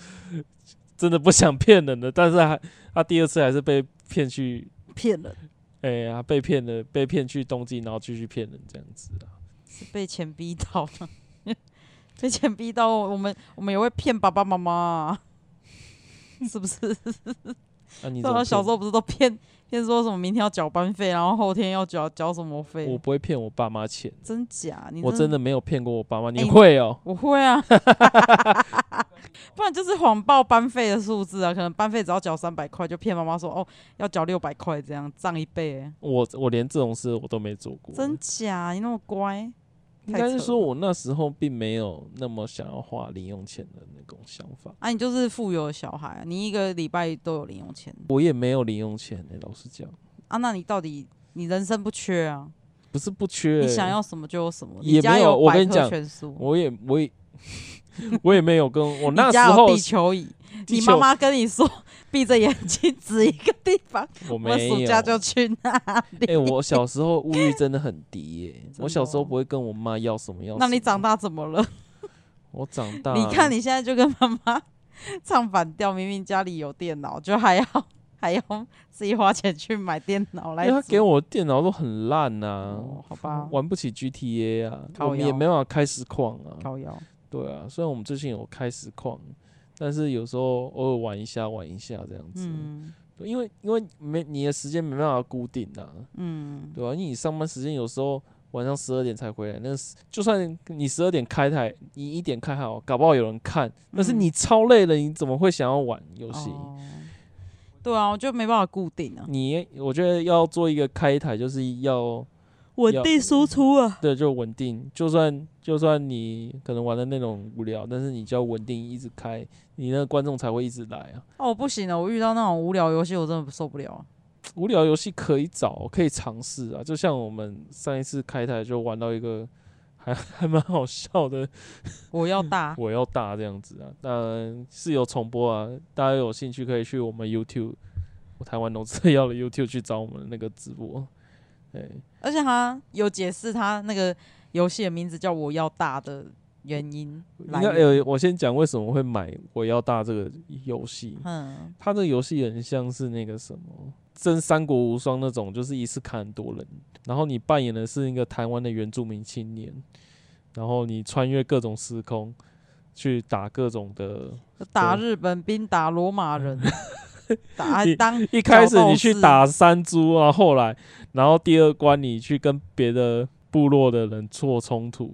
Speaker 1: 真的不想骗人的，但是还他第二次还是被骗去，
Speaker 2: 骗人
Speaker 1: 哎、呀，被骗了，被骗去东京，然后继续骗人这样子啊。
Speaker 2: 是被钱逼到 的，被钱逼到，我们我们也会骗爸爸妈妈啊， 是不是？
Speaker 1: 那、你怎
Speaker 2: 对
Speaker 1: 么
Speaker 2: 啊，小
Speaker 1: 骗
Speaker 2: 时候不是都骗骗说什么明天要缴班费，然后后天要缴缴什么费？
Speaker 1: 我不会骗我爸妈钱，
Speaker 2: 真假？你
Speaker 1: 我真
Speaker 2: 的
Speaker 1: 的没有骗过我爸妈，你
Speaker 2: 哎
Speaker 1: 会哦、
Speaker 2: 我会啊，不然就是谎报班费的数字啊，可能班费只要缴三百块，就骗妈妈说哦要缴六百块，这样涨一倍、欸，
Speaker 1: 我我连这种事我都没做过，
Speaker 2: 真假？你那么乖，
Speaker 1: 应
Speaker 2: 太
Speaker 1: 该是
Speaker 2: 扯
Speaker 1: 说
Speaker 2: 了
Speaker 1: 我那时候并没有那么想要花零用钱的那种想法，
Speaker 2: 啊，你就是富有的小孩啊，你一个礼拜都有零用钱
Speaker 1: 我也没有零用钱诶、老实讲，
Speaker 2: 啊，那你到底你人生不缺啊？
Speaker 1: 不是不缺、
Speaker 2: 你想，要什么就有什么，
Speaker 1: 也
Speaker 2: 你家
Speaker 1: 没有我
Speaker 2: 百
Speaker 1: 跟你
Speaker 2: 科
Speaker 1: 讲
Speaker 2: 全书，
Speaker 1: 我也我也 我也没有 跟我那
Speaker 2: 你
Speaker 1: 时
Speaker 2: 家有
Speaker 1: 候
Speaker 2: 地球仪，
Speaker 1: 地
Speaker 2: 你妈
Speaker 1: 球
Speaker 2: 妈跟你说闭着眼睛指一个地方，
Speaker 1: 我没
Speaker 2: 我
Speaker 1: 有，
Speaker 2: 暑假就去那里。
Speaker 1: 哎、我小时候物欲真的很低耶、
Speaker 2: 的
Speaker 1: 我小时候
Speaker 2: 哦
Speaker 1: 不会跟我妈要什么要什么。
Speaker 2: 那你长？大怎么了？
Speaker 1: 我长大了，
Speaker 2: 你看你现在就跟妈妈唱反调，明明家里有电脑，就还要还要自己花钱去买电脑
Speaker 1: 因
Speaker 2: 来
Speaker 1: 为
Speaker 2: 组。
Speaker 1: 他给我的电脑都很烂呐、
Speaker 2: 哦好吧
Speaker 1: 玩不起 GTA 啊，
Speaker 2: 靠
Speaker 1: 我们也
Speaker 2: 腰
Speaker 1: 没办法开实况啊。
Speaker 2: 靠腰，
Speaker 1: 对啊，虽然我们最近有开实况，但是有时候偶尔玩一下玩一下这样子，
Speaker 2: 嗯
Speaker 1: 对因为因为没你的时间没办法固定啊，
Speaker 2: 嗯，
Speaker 1: 对吧、啊？因为你上班时间有时候。晚上十二点才回来，那是就算你十二点开台，你一点开好，搞不好有人看。但是
Speaker 2: 嗯
Speaker 1: 你超累了，你怎么会想要玩游戏？
Speaker 2: 哦对啊，我就没办法固定啊，
Speaker 1: 你我觉得要做一个开台，就是要
Speaker 2: 稳
Speaker 1: 要
Speaker 2: 定输出啊。
Speaker 1: 对就稳定，就算就算你可能玩的内容无聊，但是你就要稳定一直开，你那个观众才会一直来啊。
Speaker 2: 哦，不行了，我遇到那种无聊游戏，我真的受不了啊。
Speaker 1: 无聊游戏可以找，可以尝试啊，就像我们上一次开台就玩到一个还 还蛮好笑的，，
Speaker 2: 我要大
Speaker 1: 嗯我要大这样子啊，当然是有重播啊，大家有兴趣可以去我们 YouTube，我台湾农资要的 YouTube 去找我们那个直播，哎、
Speaker 2: 而且他有解释他那个游戏的名字叫“我要大”的原因
Speaker 1: 应
Speaker 2: 来
Speaker 1: 该
Speaker 2: 源。
Speaker 1: 呃，我先讲为什么会买《我要大》这个游戏。
Speaker 2: 嗯，
Speaker 1: 它这个游戏很像是那个什么《真三国无双》那种，就是一次砍很多人，然后你扮演的是一个台湾的原住民青年，然后你穿越各种时空去打各种的。
Speaker 2: 打日本兵，打罗 马人，打还
Speaker 1: 你
Speaker 2: 当
Speaker 1: 一开始你去
Speaker 2: 角斗士
Speaker 1: 打山猪啊，后来然后第二关你去跟别的部落的人做冲突，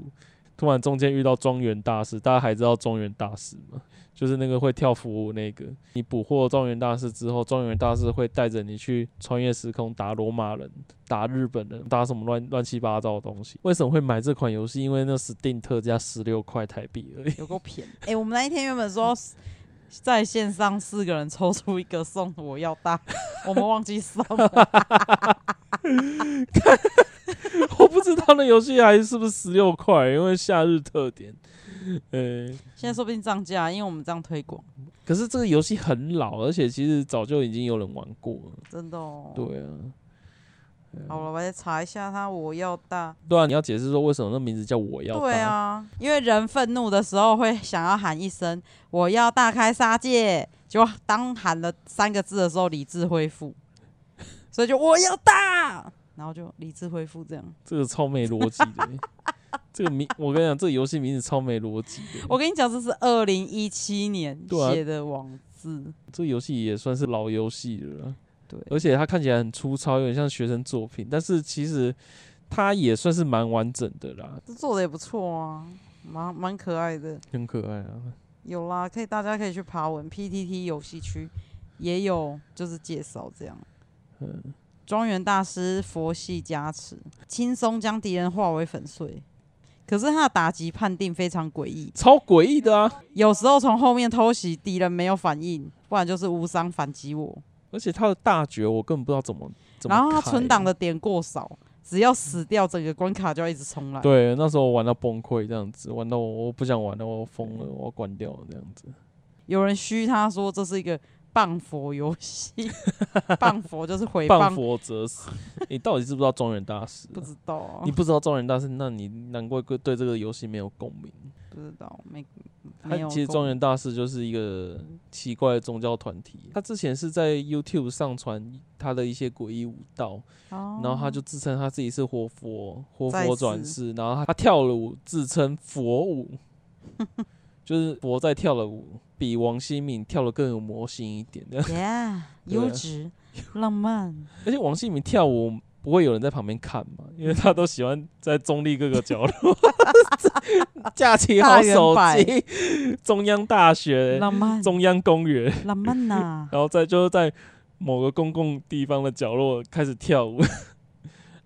Speaker 1: 突然中间遇到庄园大师，大家还知道庄园大师吗？就是那个会跳服舞那个，你捕获庄园大师之后，庄园大师会带着你去穿越时空打罗马人、打日本人、打什么乱乱七八糟的东西。为什么会买这款游戏？因为那 Steam 特价十六块台币而已。
Speaker 2: 有够便宜。哎、我们那一天原本说
Speaker 1: 嗯
Speaker 2: 要 s- 在线上四个人抽出一个送我要大， 我们忘记送了。
Speaker 1: 我不知道那游戏还是不是十六块，因为夏日特点。呃，
Speaker 2: 现在说不定涨价，因为我们这样推广，
Speaker 1: 可是这个游戏很老，而且其实早就已经有人玩过了。
Speaker 2: 真的哦。，
Speaker 1: 对啊，
Speaker 2: 好了，我再查一下他我要大。
Speaker 1: 对啊，你要解释说为什么那名字叫我要
Speaker 2: 对
Speaker 1: 搭，
Speaker 2: 啊，因为人愤怒的时候会想要喊一声“我要大开杀戒”，结果当喊了三个字的时候，理智恢复，所以就我要大，然后就理智恢复这样。
Speaker 1: 这个超没逻辑的欸。这个名，我跟你讲，这个游戏名字超没逻辑的。
Speaker 2: 我跟你讲，这是二零一七年
Speaker 1: 对啊
Speaker 2: 写的网字，
Speaker 1: 这个游戏也算是老游戏了啦，
Speaker 2: 对
Speaker 1: 而且它看起来很粗糙，有点像学生作品，但是其实它也算是蛮完整的啦，
Speaker 2: 这做的也不错啊，蛮蛮可爱的。
Speaker 1: 很可爱啊。
Speaker 2: 有啦，可以大家可以去爬文 PTT 游戏区也有，就是介绍这样。
Speaker 1: 嗯，
Speaker 2: 庄园大师佛系加持，轻松将敌人化为粉碎。可是他的打击判定非常诡异，
Speaker 1: 超诡异的啊！
Speaker 2: 有时候从后面偷袭，敌人没有反应，不然就是无伤反击我。
Speaker 1: 而且它的大绝我根本不知道怎么怎么
Speaker 2: 然
Speaker 1: 开。
Speaker 2: 后他存档的点过少，只要死掉，整个关卡就要一直重来。
Speaker 1: 对，那时候玩到崩溃这样子，玩到我我不想玩了，我疯
Speaker 2: 嗯
Speaker 1: 了，我要关掉了这样子。
Speaker 2: 有人虚他说这是一个谤佛游 戏，谤佛就是毁谤
Speaker 1: 谤佛者死，你到底知不知道庄园大师
Speaker 2: 不
Speaker 1: 啊、
Speaker 2: 知道啊，
Speaker 1: 你不知道庄园大师，那你难怪对对这个游戏没有共鸣。
Speaker 2: 不知道没
Speaker 1: 他
Speaker 2: 没有
Speaker 1: 其实
Speaker 2: 共
Speaker 1: 庄园大师就是一个奇怪的宗教团体，他之前是在 YouTube 上传他的一些诡异舞蹈，
Speaker 2: 哦
Speaker 1: 然后他就自称他自己是活佛，活
Speaker 2: 再
Speaker 1: 佛
Speaker 2: 次
Speaker 1: 转世，然后他他跳了舞，自称佛 舞，就是佛在跳了舞，比王新敏跳的更有魔性一点的。
Speaker 2: yeah
Speaker 1: 对啊
Speaker 2: 优质浪漫，
Speaker 1: 而且王新敏跳舞不会有人在旁边看嘛，因为他都喜欢在中立各个角 落架起好手
Speaker 2: 大圆
Speaker 1: 机，中央大学、
Speaker 2: 浪漫，
Speaker 1: 中央公园，
Speaker 2: 浪 漫呐、
Speaker 1: 然后再就是在某个公共地方的角落开始跳舞。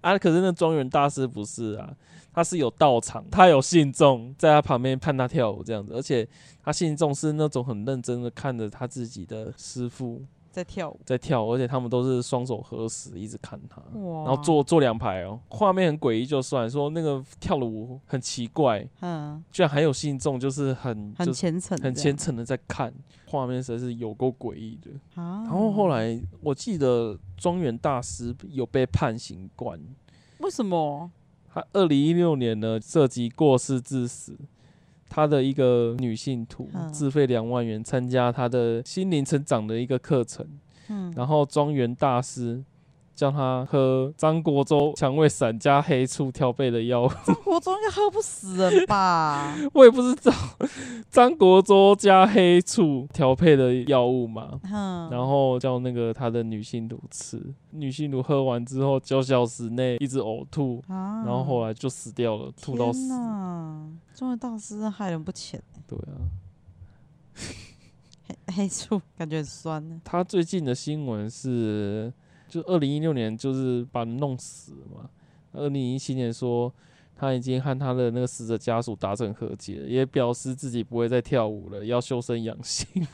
Speaker 1: 啊，可是那庄园大师不是啊，他是有到场，他有信众在他旁边看他跳舞这样子，而且他信众是那种很认真的看着他自己的师傅
Speaker 2: 在跳舞，
Speaker 1: 在跳舞，而且他们都是双手合十一直看他。
Speaker 2: 哇，
Speaker 1: 然后，坐坐两排哦，画面很诡异，就算说那个跳的舞很奇怪，
Speaker 2: 嗯，
Speaker 1: 居然还有信众，就是很
Speaker 2: 很
Speaker 1: 就是
Speaker 2: 虔诚这样，
Speaker 1: 很虔诚的在看，画面实在是有够诡异的。
Speaker 2: 啊。
Speaker 1: 然后后来我记得庄园大师有被判刑关，
Speaker 2: 为什么？
Speaker 1: 他二零一六年呢涉及过失致死，他的一个女信徒
Speaker 2: 嗯
Speaker 1: 自费两万元参加他的心灵成长的一个课程，
Speaker 2: 嗯，
Speaker 1: 然后庄园大师。叫他喝张国洲蔷薇散加黑醋调配的药物，
Speaker 2: 张国忠应该喝不死人吧？
Speaker 1: 我也不知道张国洲加黑醋调配的药物嘛，
Speaker 2: 嗯，
Speaker 1: 然后叫那个他的女性奴吃，女性奴喝完之后九小时内一直呕吐，
Speaker 2: 啊，
Speaker 1: 然后后来就死掉了，吐到
Speaker 2: 天
Speaker 1: 死。
Speaker 2: 哪！中文大师真的害人不浅，
Speaker 1: 对啊，
Speaker 2: 黑黑醋感觉很 酸呢。
Speaker 1: 他最近的新闻是，就二零一六年就是把人弄死嘛，二零一七年说他已经和他的那个死者家属达成和解，也表示自己不会再跳舞了，要修身养性。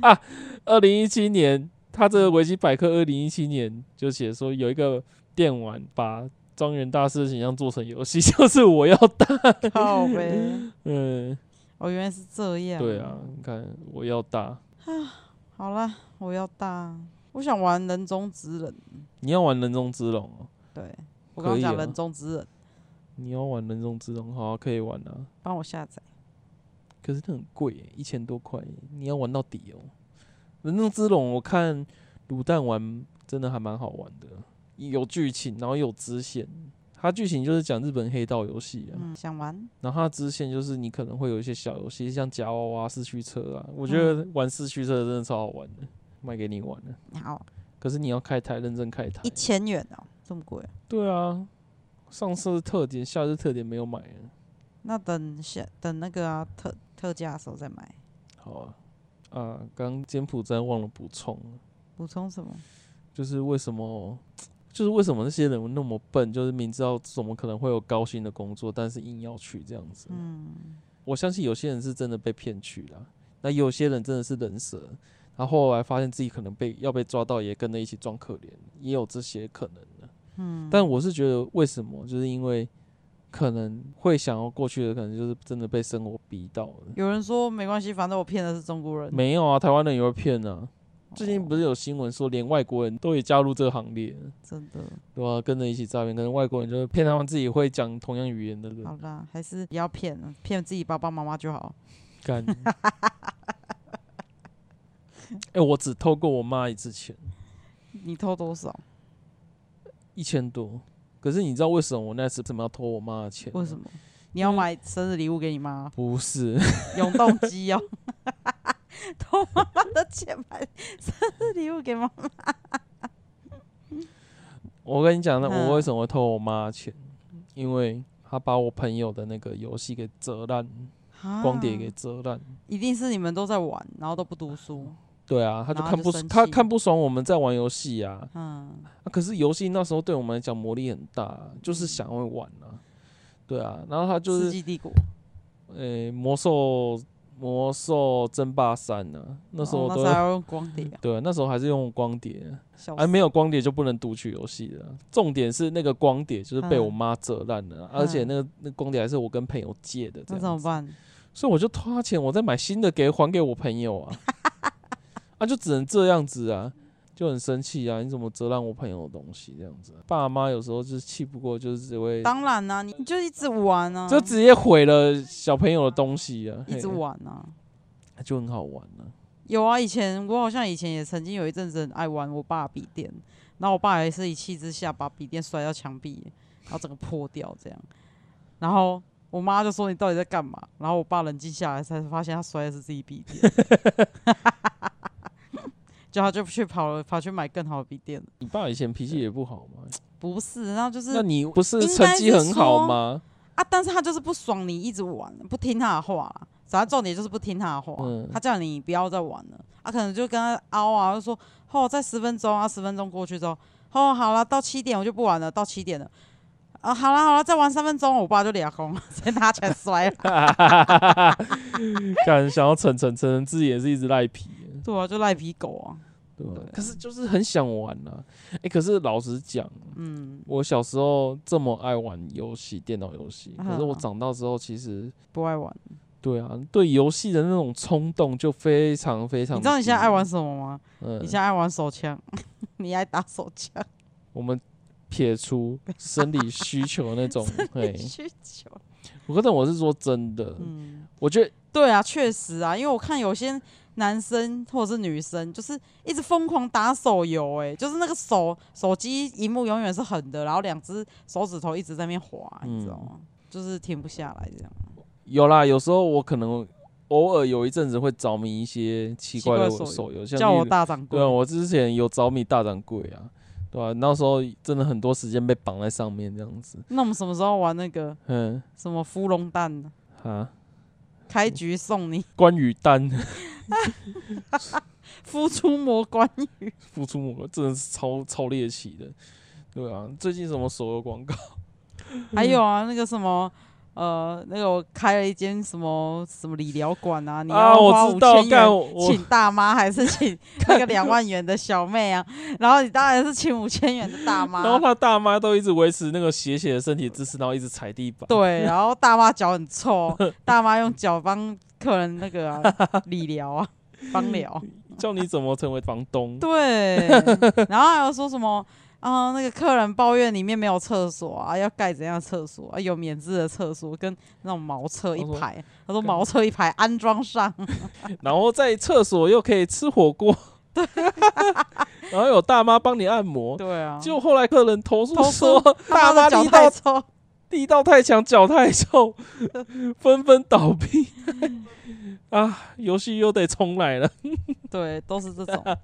Speaker 1: 啊，二零一七年，他这个维基百科二零一七年就写说有一个电玩把庄园大师的形象做成游戏， 就是我要打，
Speaker 2: 靠呗，
Speaker 1: 嗯，
Speaker 2: 哦，原来是这样。
Speaker 1: 对啊，你看我要打，
Speaker 2: 好啦，我要大，我想玩人中之人。
Speaker 1: 你要玩人中之龙哦。
Speaker 2: 对，我
Speaker 1: 可
Speaker 2: 刚刚
Speaker 1: 以
Speaker 2: 讲
Speaker 1: 啊
Speaker 2: 人中之人，
Speaker 1: 你要玩人中之龙，好、啊、可以玩啊，
Speaker 2: 帮我下载。
Speaker 1: 可是那很贵耶，一千多块耶，你要玩到底哦。人中之龙，我看卤蛋玩真的还蛮好玩的，有剧情，然后有支线。它剧情就是讲日本黑道游戏啊，
Speaker 2: 嗯，想玩。
Speaker 1: 然后它的支线就是你可能会有一些小游戏，像夹娃娃、四驱车啊。我觉得
Speaker 2: 嗯
Speaker 1: 玩四驱车真的超好玩的，卖给你玩了。
Speaker 2: 好，
Speaker 1: 可是你要开台，认真开台
Speaker 2: 一。千元哦，这么贵啊、
Speaker 1: 对啊，上次是特点，下次特点没有买啊。
Speaker 2: 那等下等那个啊特特价的时候再买。
Speaker 1: 好啊，啊，刚柬埔寨忘了补充，
Speaker 2: 补充什么？
Speaker 1: 就是为什么，就是为什么那些人那么笨，就是明知道怎么可能会有高薪的工作，但是硬要去这样子。
Speaker 2: 嗯，
Speaker 1: 我相信有些人是真的被骗去了，那有些人真的是人蛇，然后后来发现自己可能被要被抓到，也跟着一起装可怜，也有这些可能的。嗯，但我是觉得为什么，就是因为可能会想要过去的，可能就是真的被生活逼到了。
Speaker 2: 有人说没关系，反正我骗的是中国人。哦
Speaker 1: 没有啊，台湾人也会骗啊。最近不
Speaker 2: 是、
Speaker 1: 是有新闻说，连外国人都也加入这个行列，
Speaker 2: 真的。
Speaker 1: 对吧、跟着一起诈骗，可能外国人就是骗他们自己会讲同样语言的人
Speaker 2: 好，啦，还是不要骗了，骗自己爸爸妈妈就好。
Speaker 1: 干。 哎、我只偷过我妈一次钱，
Speaker 2: 你偷多少？
Speaker 1: 一千多。可是你知道为什么我那次怎么要偷我妈的钱？
Speaker 2: 为什？么？你要买生日礼物给你妈？
Speaker 1: 不是，
Speaker 2: 永动机哦， 偷妈妈的钱买生日礼物给妈妈。
Speaker 1: 我跟你讲，那
Speaker 2: 嗯
Speaker 1: 我为什么会偷我妈的钱？因为她把我朋友的那个游戏给折烂，光碟给
Speaker 2: 啊
Speaker 1: 折烂。
Speaker 2: 一定是你们都在玩，然后都不读书。
Speaker 1: 对啊，她就
Speaker 2: 然后
Speaker 1: 看
Speaker 2: 就
Speaker 1: 不
Speaker 2: 生
Speaker 1: 她
Speaker 2: 气
Speaker 1: 看不爽我们在玩游戏啊。
Speaker 2: 嗯，
Speaker 1: 啊，可是游戏那时候对我们来讲魔力很大啊，就是
Speaker 2: 嗯
Speaker 1: 想要玩啊，对啊，然后他就
Speaker 2: 世
Speaker 1: 是
Speaker 2: 纪帝国
Speaker 1: 呃、魔兽魔兽争霸三呢、那时候
Speaker 2: 哦
Speaker 1: 都、
Speaker 2: 那时候还要用光碟、啊，
Speaker 1: 对、啊，那时候还是用光碟，
Speaker 2: 小
Speaker 1: 哎、没有光碟就不能读取游戏了啊。重点是那个光碟就是被我
Speaker 2: 嗯
Speaker 1: 妈折烂了啊、而且
Speaker 2: 嗯
Speaker 1: 那个那光碟还是我跟朋友借的，这
Speaker 2: 那怎么
Speaker 1: 样子，
Speaker 2: 办？
Speaker 1: 所以我就偷他钱，我再买新的给还给我朋友 啊，啊，就只能这样子啊，就很生气啊！你怎么折烂我朋友的东西这样子啊、爸妈有时候就是气不过，就是只会
Speaker 2: 当然啦、你你就一直玩啊，
Speaker 1: 就直接毁了小朋友的东西啊，
Speaker 2: 一直
Speaker 1: 嘿
Speaker 2: 玩啊。
Speaker 1: 就很好玩啊。
Speaker 2: 有啊，以前我好像以前也曾经有一阵子很爱玩我爸的笔电，然后我爸也是一气之下把笔电摔到墙壁，然后整个破掉这样。然后我妈就说你到底在干嘛？然后我爸冷静下来才发现他摔的是自己笔电，就他就去跑了，跑去买更好的笔电了。
Speaker 1: 你爸以前脾气也不好嘛，
Speaker 2: 不是，然后就
Speaker 1: 那
Speaker 2: 是
Speaker 1: 你不是
Speaker 2: 应
Speaker 1: 成
Speaker 2: 该
Speaker 1: 绩
Speaker 2: 是
Speaker 1: 很好
Speaker 2: 说
Speaker 1: 吗？
Speaker 2: 啊，但是他就是不爽你一直玩，不听他的话啦。反正重点就是不听他的话，
Speaker 1: 嗯
Speaker 2: 他叫你不要再玩了，啊，可能就跟他凹啊，就说哦，再十分钟啊，十分钟过去之后，哦，好了，到七点我就不玩了，到七点了，啊，好了好了，再玩三分钟，我爸就俩 空，直接拿起来摔了，
Speaker 1: 感想要逞逞逞，自己也是一直赖皮，
Speaker 2: 对啊，就赖皮狗啊，
Speaker 1: 对吧
Speaker 2: 对？
Speaker 1: 可是就是很想玩啊。哎、可是老实讲，
Speaker 2: 嗯，
Speaker 1: 我小时候这么爱玩游戏，电脑游戏，可是我
Speaker 2: 嗯
Speaker 1: 长大之后，其实
Speaker 2: 不爱玩。
Speaker 1: 对啊，对游戏的那种冲动就非常非常。
Speaker 2: 你知道你现在爱玩？什么吗？
Speaker 1: 嗯
Speaker 2: 你，现在爱玩手枪， 你爱打手枪，
Speaker 1: 我们撇 除生理需求那种，嘿，
Speaker 2: 需求，
Speaker 1: 我跟你讲我是说真的，
Speaker 2: 嗯。
Speaker 1: 我觉得
Speaker 2: 对啊，确实啊，因为我看有些男生或者是女生，就是一直疯狂打手游，哎，就是那个手手机荧幕永远是横的，然后两只手指头一直在那边滑，你
Speaker 1: 嗯
Speaker 2: 知道吗？就是停不下来这样。
Speaker 1: 有啦，有时候我可能偶尔有一阵子会着迷一些奇
Speaker 2: 奇
Speaker 1: 怪
Speaker 2: 怪
Speaker 1: 的
Speaker 2: 手游
Speaker 1: 手游，像
Speaker 2: 叫
Speaker 1: 例
Speaker 2: 我
Speaker 1: 如
Speaker 2: 大掌柜
Speaker 1: 对啊，，我之前有着迷大掌柜啊，对啊，那时候真的很多时间被绑在上面这样子，
Speaker 2: 那我们什么时候玩那个
Speaker 1: 嗯
Speaker 2: 什么芙蓉蛋呢？
Speaker 1: 啊，
Speaker 2: 开局送你
Speaker 1: 关羽丹
Speaker 2: 孵出魔关
Speaker 1: 嗯
Speaker 2: 羽，
Speaker 1: 付出我真的是超超猎奇的，对啊，最近什么手游广告，
Speaker 2: 还有啊那个什么。呃，那个我开了一间什么什么理疗馆啊，你
Speaker 1: 啊
Speaker 2: 要
Speaker 1: 我
Speaker 2: 花
Speaker 1: 知
Speaker 2: 五
Speaker 1: 道
Speaker 2: 千元
Speaker 1: 干我
Speaker 2: 请大妈还 是请那个两万元的小妹啊？然后你当然是请五千元的 大
Speaker 1: 然后
Speaker 2: 妈，
Speaker 1: 他大妈都一直维持那个斜斜的身体姿势，然后一直踩地板，
Speaker 2: 对，啊然后大妈脚很臭，大妈用脚帮客人那个、 啊、理疗啊，帮疗，
Speaker 1: 教你怎么成为房东，
Speaker 2: 对，然后还有说什么？啊、那个客人抱怨里面没有厕所啊，要盖怎样的厕所啊？有免治的厕所跟那种茅厕一
Speaker 1: 我说
Speaker 2: 排，他说茅厕一排安 装上，
Speaker 1: 然后在厕所又可以吃火锅，对， 然后有大妈帮你按摩。
Speaker 2: 对啊，
Speaker 1: 就后来客人投诉
Speaker 2: 投诉
Speaker 1: 说，大妈
Speaker 2: 的脚
Speaker 1: 力道
Speaker 2: 太臭，
Speaker 1: 力道太强，脚太 臭，纷纷倒闭。啊，游戏又得重来了。
Speaker 2: 对，都是这种的。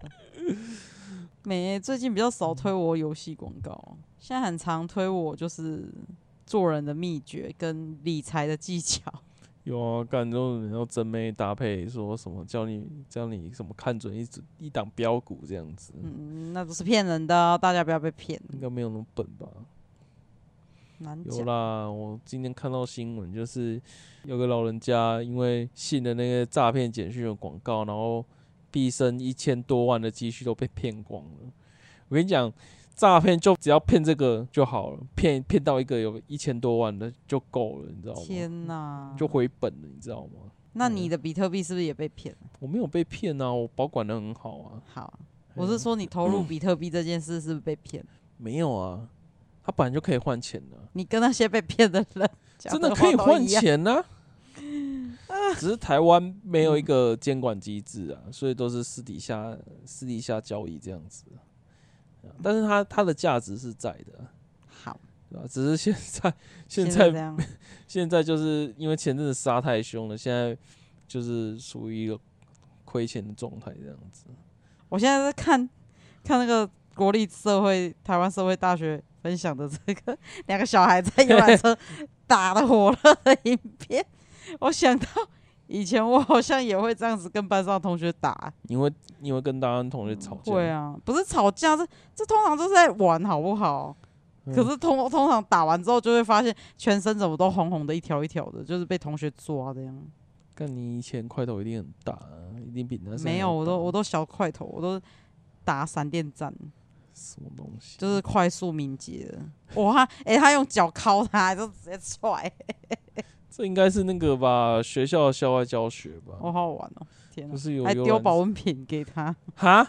Speaker 2: 没，最近比较少
Speaker 1: 嗯
Speaker 2: 推我游戏广告，现在很常推我就是做人的秘诀跟理财的技 巧。
Speaker 1: 有啊，干这种人要真妹搭配，说什么叫你叫你什么看准一只一档标股这样子，
Speaker 2: 嗯，那都是骗人的哦，大家不要被骗，
Speaker 1: 应该没有那么笨吧？
Speaker 2: 难
Speaker 1: 有
Speaker 2: 讲。
Speaker 1: 啦，我今天看到新闻，就是有个老人家因为信了那个诈骗简讯的广告，然后毕生一千多万的积蓄都被骗光了。我跟你讲，诈骗就只要骗这个就好了，骗骗到一个有一千多万的就够了，你知道吗？
Speaker 2: 天哪！
Speaker 1: 就嗯回本了，你知道吗？
Speaker 2: 那你的比特币是不是也被骗了？
Speaker 1: 我没有被骗啊，我保管的很好啊，
Speaker 2: 好，我是说你投
Speaker 1: 嗯
Speaker 2: 入比特币这件事是不是被骗？
Speaker 1: 没有啊，他本来就可以换钱的、
Speaker 2: 你跟那些被骗的人 讲
Speaker 1: 真的
Speaker 2: 话
Speaker 1: 可以
Speaker 2: 都
Speaker 1: 换
Speaker 2: 一样，
Speaker 1: 钱 呢、只是台湾没
Speaker 2: 嗯
Speaker 1: 有一个监管机制啊，所以都是私底下私底下交易这样子。但是它它的价值是在的啊，
Speaker 2: 好，
Speaker 1: 对吧？只是现 在现
Speaker 2: 现
Speaker 1: 在
Speaker 2: 在这样，
Speaker 1: 现在就是因为前阵子杀太凶了，现在就是属于一个亏钱的状态这样子。
Speaker 2: 我现在在看看那个国立社会台湾社会大学分享的这个 两个小孩在游览车打的火热的影片，我想到以前我好像也会这样子跟班上同学打，
Speaker 1: 你会你会跟大安同学吵架？
Speaker 2: 会啊，不是吵架，这这通常都是在玩好不好？
Speaker 1: 嗯
Speaker 2: 可是通通常打完之后就会发现全身怎么都红红的，一条一条的，就是被同学抓的样。
Speaker 1: 干你以前块头一定很大、啊，一定比那
Speaker 2: 没有，我都我
Speaker 1: 都
Speaker 2: 都小块头，我都打闪电战。
Speaker 1: 什么东西？
Speaker 2: 就是快速敏捷的。 哇，哎、他用脚敲他，就直接踹，
Speaker 1: 这应该是那个吧，学校的校外教学吧，
Speaker 2: 好好玩哦！天哪
Speaker 1: 就，是有
Speaker 2: 还
Speaker 1: 游
Speaker 2: 丢
Speaker 1: 览
Speaker 2: 保
Speaker 1: 车
Speaker 2: 温瓶给他。
Speaker 1: 哈，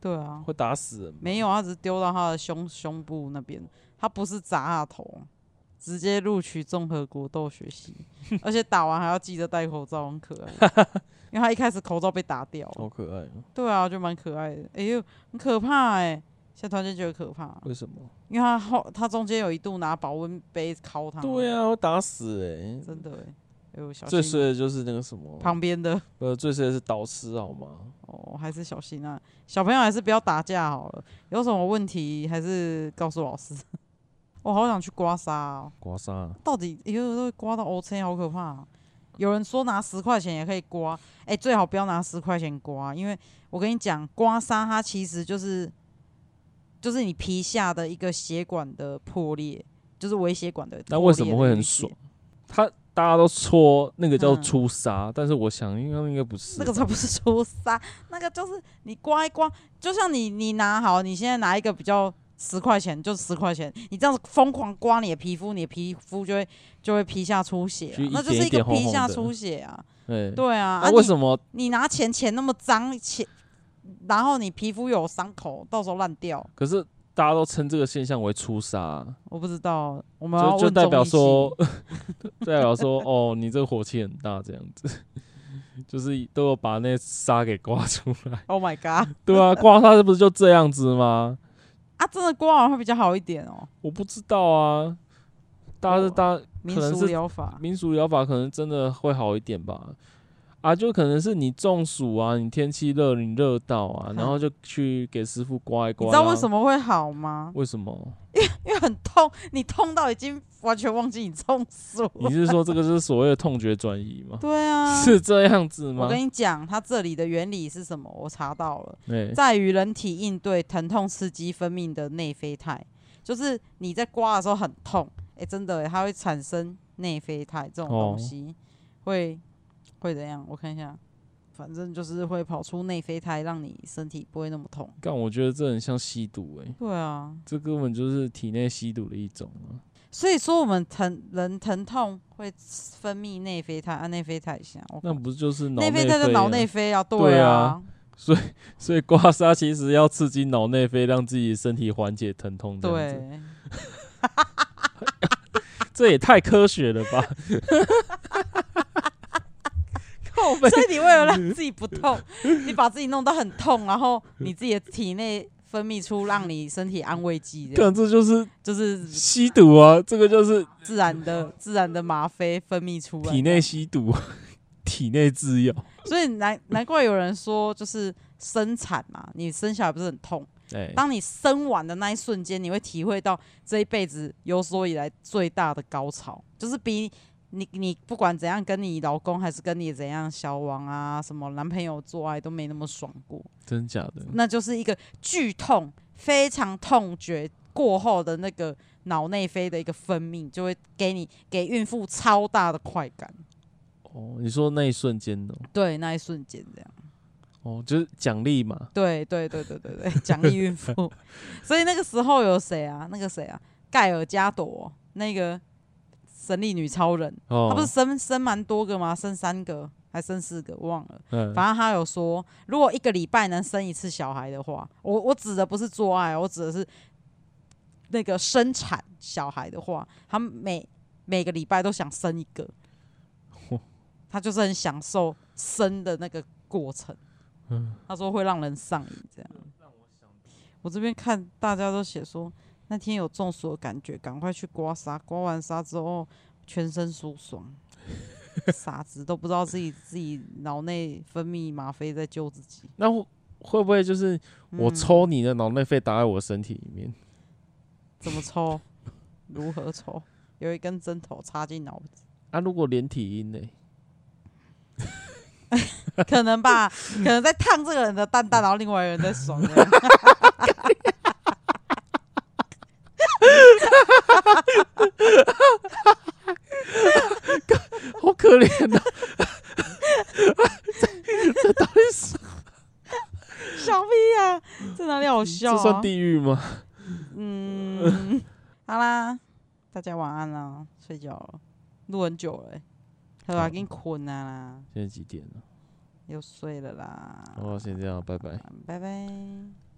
Speaker 2: 对啊，
Speaker 1: 会打死人吗。
Speaker 2: 没有，啊他只是丢到他的胸胸部那边，他不是砸他头，直接录取综合国斗学习，而且打完还要记得戴口罩，很可 爱。因为他一开始口罩被打掉了，
Speaker 1: 好可爱哦，
Speaker 2: 对啊，就蛮可爱的。哎呦，很可怕哎、现在突然间觉得可怕，
Speaker 1: 为什么？
Speaker 2: 因为他后他中间有一度拿保温杯敲他，
Speaker 1: 对啊，会打死哎、
Speaker 2: 真的哎、欸，哎呦，小
Speaker 1: 最
Speaker 2: 心
Speaker 1: 衰的就是那个什么，
Speaker 2: 旁边的
Speaker 1: 呃，最衰的是导师好吗？
Speaker 2: 哦，哦，还是小心啊，小朋友还是不要打架好了。有什么问题还是告诉老师。 我好想去刮痧哦，
Speaker 1: 刮痧啊，
Speaker 2: 到底有时候会刮到 O 车，好可怕啊、有人说拿十块钱也可以刮，哎、最好不要拿十块钱刮，因为我跟你讲，刮痧它其实就是就是你皮下的一个血管的破裂，就是微血管的破裂的淤血。
Speaker 1: 那为什么会很爽他大家都说那个叫
Speaker 2: 嗯
Speaker 1: 出痧，但是我想应该应该不是吧，
Speaker 2: 那个才不是出痧，那个就是你刮一刮，就像你你拿好，你现在拿一个比较十块钱，就十块钱，你这样子疯狂刮你的皮肤，你的皮肤就会就会皮下出血啊、
Speaker 1: 就一
Speaker 2: 那就
Speaker 1: 点
Speaker 2: 是
Speaker 1: 一
Speaker 2: 一个
Speaker 1: 点红
Speaker 2: 皮
Speaker 1: 红
Speaker 2: 下
Speaker 1: 的
Speaker 2: 出血啊，
Speaker 1: 对。
Speaker 2: 对啊，
Speaker 1: 哎那、
Speaker 2: 啊
Speaker 1: 为
Speaker 2: 你
Speaker 1: 什么
Speaker 2: 你拿钱钱那么脏钱，然后你皮肤有伤口，到时候烂掉，
Speaker 1: 可是大家都称这个现象为出痧啊、
Speaker 2: 我不知道，我们要
Speaker 1: 就就
Speaker 2: 问
Speaker 1: 代
Speaker 2: 钟
Speaker 1: 表
Speaker 2: 医师
Speaker 1: 说， 代表说，哦，你这个火气很大，这样子， 就是都有把那痧给刮出来，
Speaker 2: ，Oh my god，
Speaker 1: 对啊，刮痧是不是就这样子吗？
Speaker 2: 啊，真的刮完会比较好一点哦，
Speaker 1: 我不知道啊，大家是
Speaker 2: 哦
Speaker 1: 大家
Speaker 2: 民
Speaker 1: 可能
Speaker 2: 俗
Speaker 1: 是
Speaker 2: 疗法，
Speaker 1: 民俗疗法可能真的会好一点吧。啊，就可能是你中暑啊，你天气热，你热到啊，然后 就去给师傅刮一刮。
Speaker 2: 你知道为
Speaker 1: 么？
Speaker 2: 什么会好吗？
Speaker 1: 为什么？
Speaker 2: 因为很痛，你痛到已经完全忘记你中暑了。
Speaker 1: 你是说这个就是所谓的痛觉转移吗？
Speaker 2: 对啊，
Speaker 1: 嗯是这样子
Speaker 2: 我
Speaker 1: 吗？
Speaker 2: 跟你讲，它这里的原理是什么？我查到了，
Speaker 1: 对，
Speaker 2: 在于人体应对疼痛刺激分泌的内啡肽，就是你在刮的时候很痛，哎、真的、欸，它会产生内啡肽这种
Speaker 1: 哦
Speaker 2: 东西，会会怎样？我看一下，反正就是会跑出内啡肽，让你身体不会那么痛。
Speaker 1: 但我觉得这很像吸毒诶、欸
Speaker 2: 对啊，
Speaker 1: 这根本就是体内吸毒的一种啊。
Speaker 2: 所以说我们疼人疼痛会分泌内啡肽，啊，内啡肽想我
Speaker 1: 那不就是脑
Speaker 2: 内
Speaker 1: 内
Speaker 2: 啡
Speaker 1: 啡
Speaker 2: 肽
Speaker 1: 啊
Speaker 2: 就脑内？啡啊，
Speaker 1: 对
Speaker 2: 对
Speaker 1: 啊
Speaker 2: 啊，
Speaker 1: 所以刮痧其实要刺激脑内啡，让自己身体缓解疼痛。这样子， 啊
Speaker 2: 对，
Speaker 1: 这也太科学了 吧？
Speaker 2: 靠背。所以你 为了让自己不痛，你把自己弄得很痛，然后你自己的体内分泌出让你身体安慰剂的，
Speaker 1: 啊看这就是
Speaker 2: 就是
Speaker 1: 吸毒啊，这个就是
Speaker 2: 自然的自然的吗啡分泌出来。
Speaker 1: 体内吸毒， 体内制药。
Speaker 2: 所以难难怪有人说，就是生产嘛，你生下来不是很痛，
Speaker 1: 哎，
Speaker 2: 当你生完的那一瞬间，你会体会到这一辈子有所以来最大的高潮，就是比你你不管怎样跟你老公还是跟你怎样小王啊什么男朋友做爱都没那么爽过，
Speaker 1: 真假的？
Speaker 2: 那就是一个剧痛，非常痛觉过后的那个脑内啡的一个分泌，就会给你给孕妇超大的快感。
Speaker 1: 哦，你说那一瞬间哦，
Speaker 2: 对，那一瞬间这样。
Speaker 1: 哦，就是奖励嘛。
Speaker 2: 对对对对对对，奖励孕妇。所以那个时候有谁啊？那个谁啊？盖尔加朵，那个神力女超人，
Speaker 1: 哦，
Speaker 2: 啊她不是生生蛮多个吗？生三个还生四个，忘了。
Speaker 1: 嗯，
Speaker 2: 反正她有说，如果一个礼拜能生一次小孩的话，我我指的不是做爱，哦我指的是那个生产小孩的话，她每每个礼拜都想生一个
Speaker 1: 嚯，
Speaker 2: 她就是很享受生的那个过程。
Speaker 1: 嗯
Speaker 2: 他说会让人上瘾这样。我这边看大家都写说那天有中暑的感觉，赶快去刮痧，刮完痧之后全身舒爽。 傻子都不知道自己自己脑内分泌吗啡在救自己。
Speaker 1: 那会会不会就是我
Speaker 2: 嗯
Speaker 1: 抽你的脑内啡打在我身体里面？
Speaker 2: 怎么抽？如何抽？有一根针头插进脑子，
Speaker 1: 啊，如果连体婴呢？
Speaker 2: 可能吧，可能在烫这个人的蛋蛋，然后另外一个人在爽这样。
Speaker 1: 好可怜 呐、啊！这到底是
Speaker 2: 小屁呀、这哪里好笑、
Speaker 1: 这
Speaker 2: 啊？
Speaker 1: 算地狱吗？
Speaker 2: 嗯， 好啦，大家晚安啦，睡觉了，录很久了、欸，好啦，
Speaker 1: 好
Speaker 2: 给你困啊啦，
Speaker 1: 现在几点了？哦
Speaker 2: 又睡了啦，
Speaker 1: 好，先这样，拜拜。
Speaker 2: 嗯拜拜。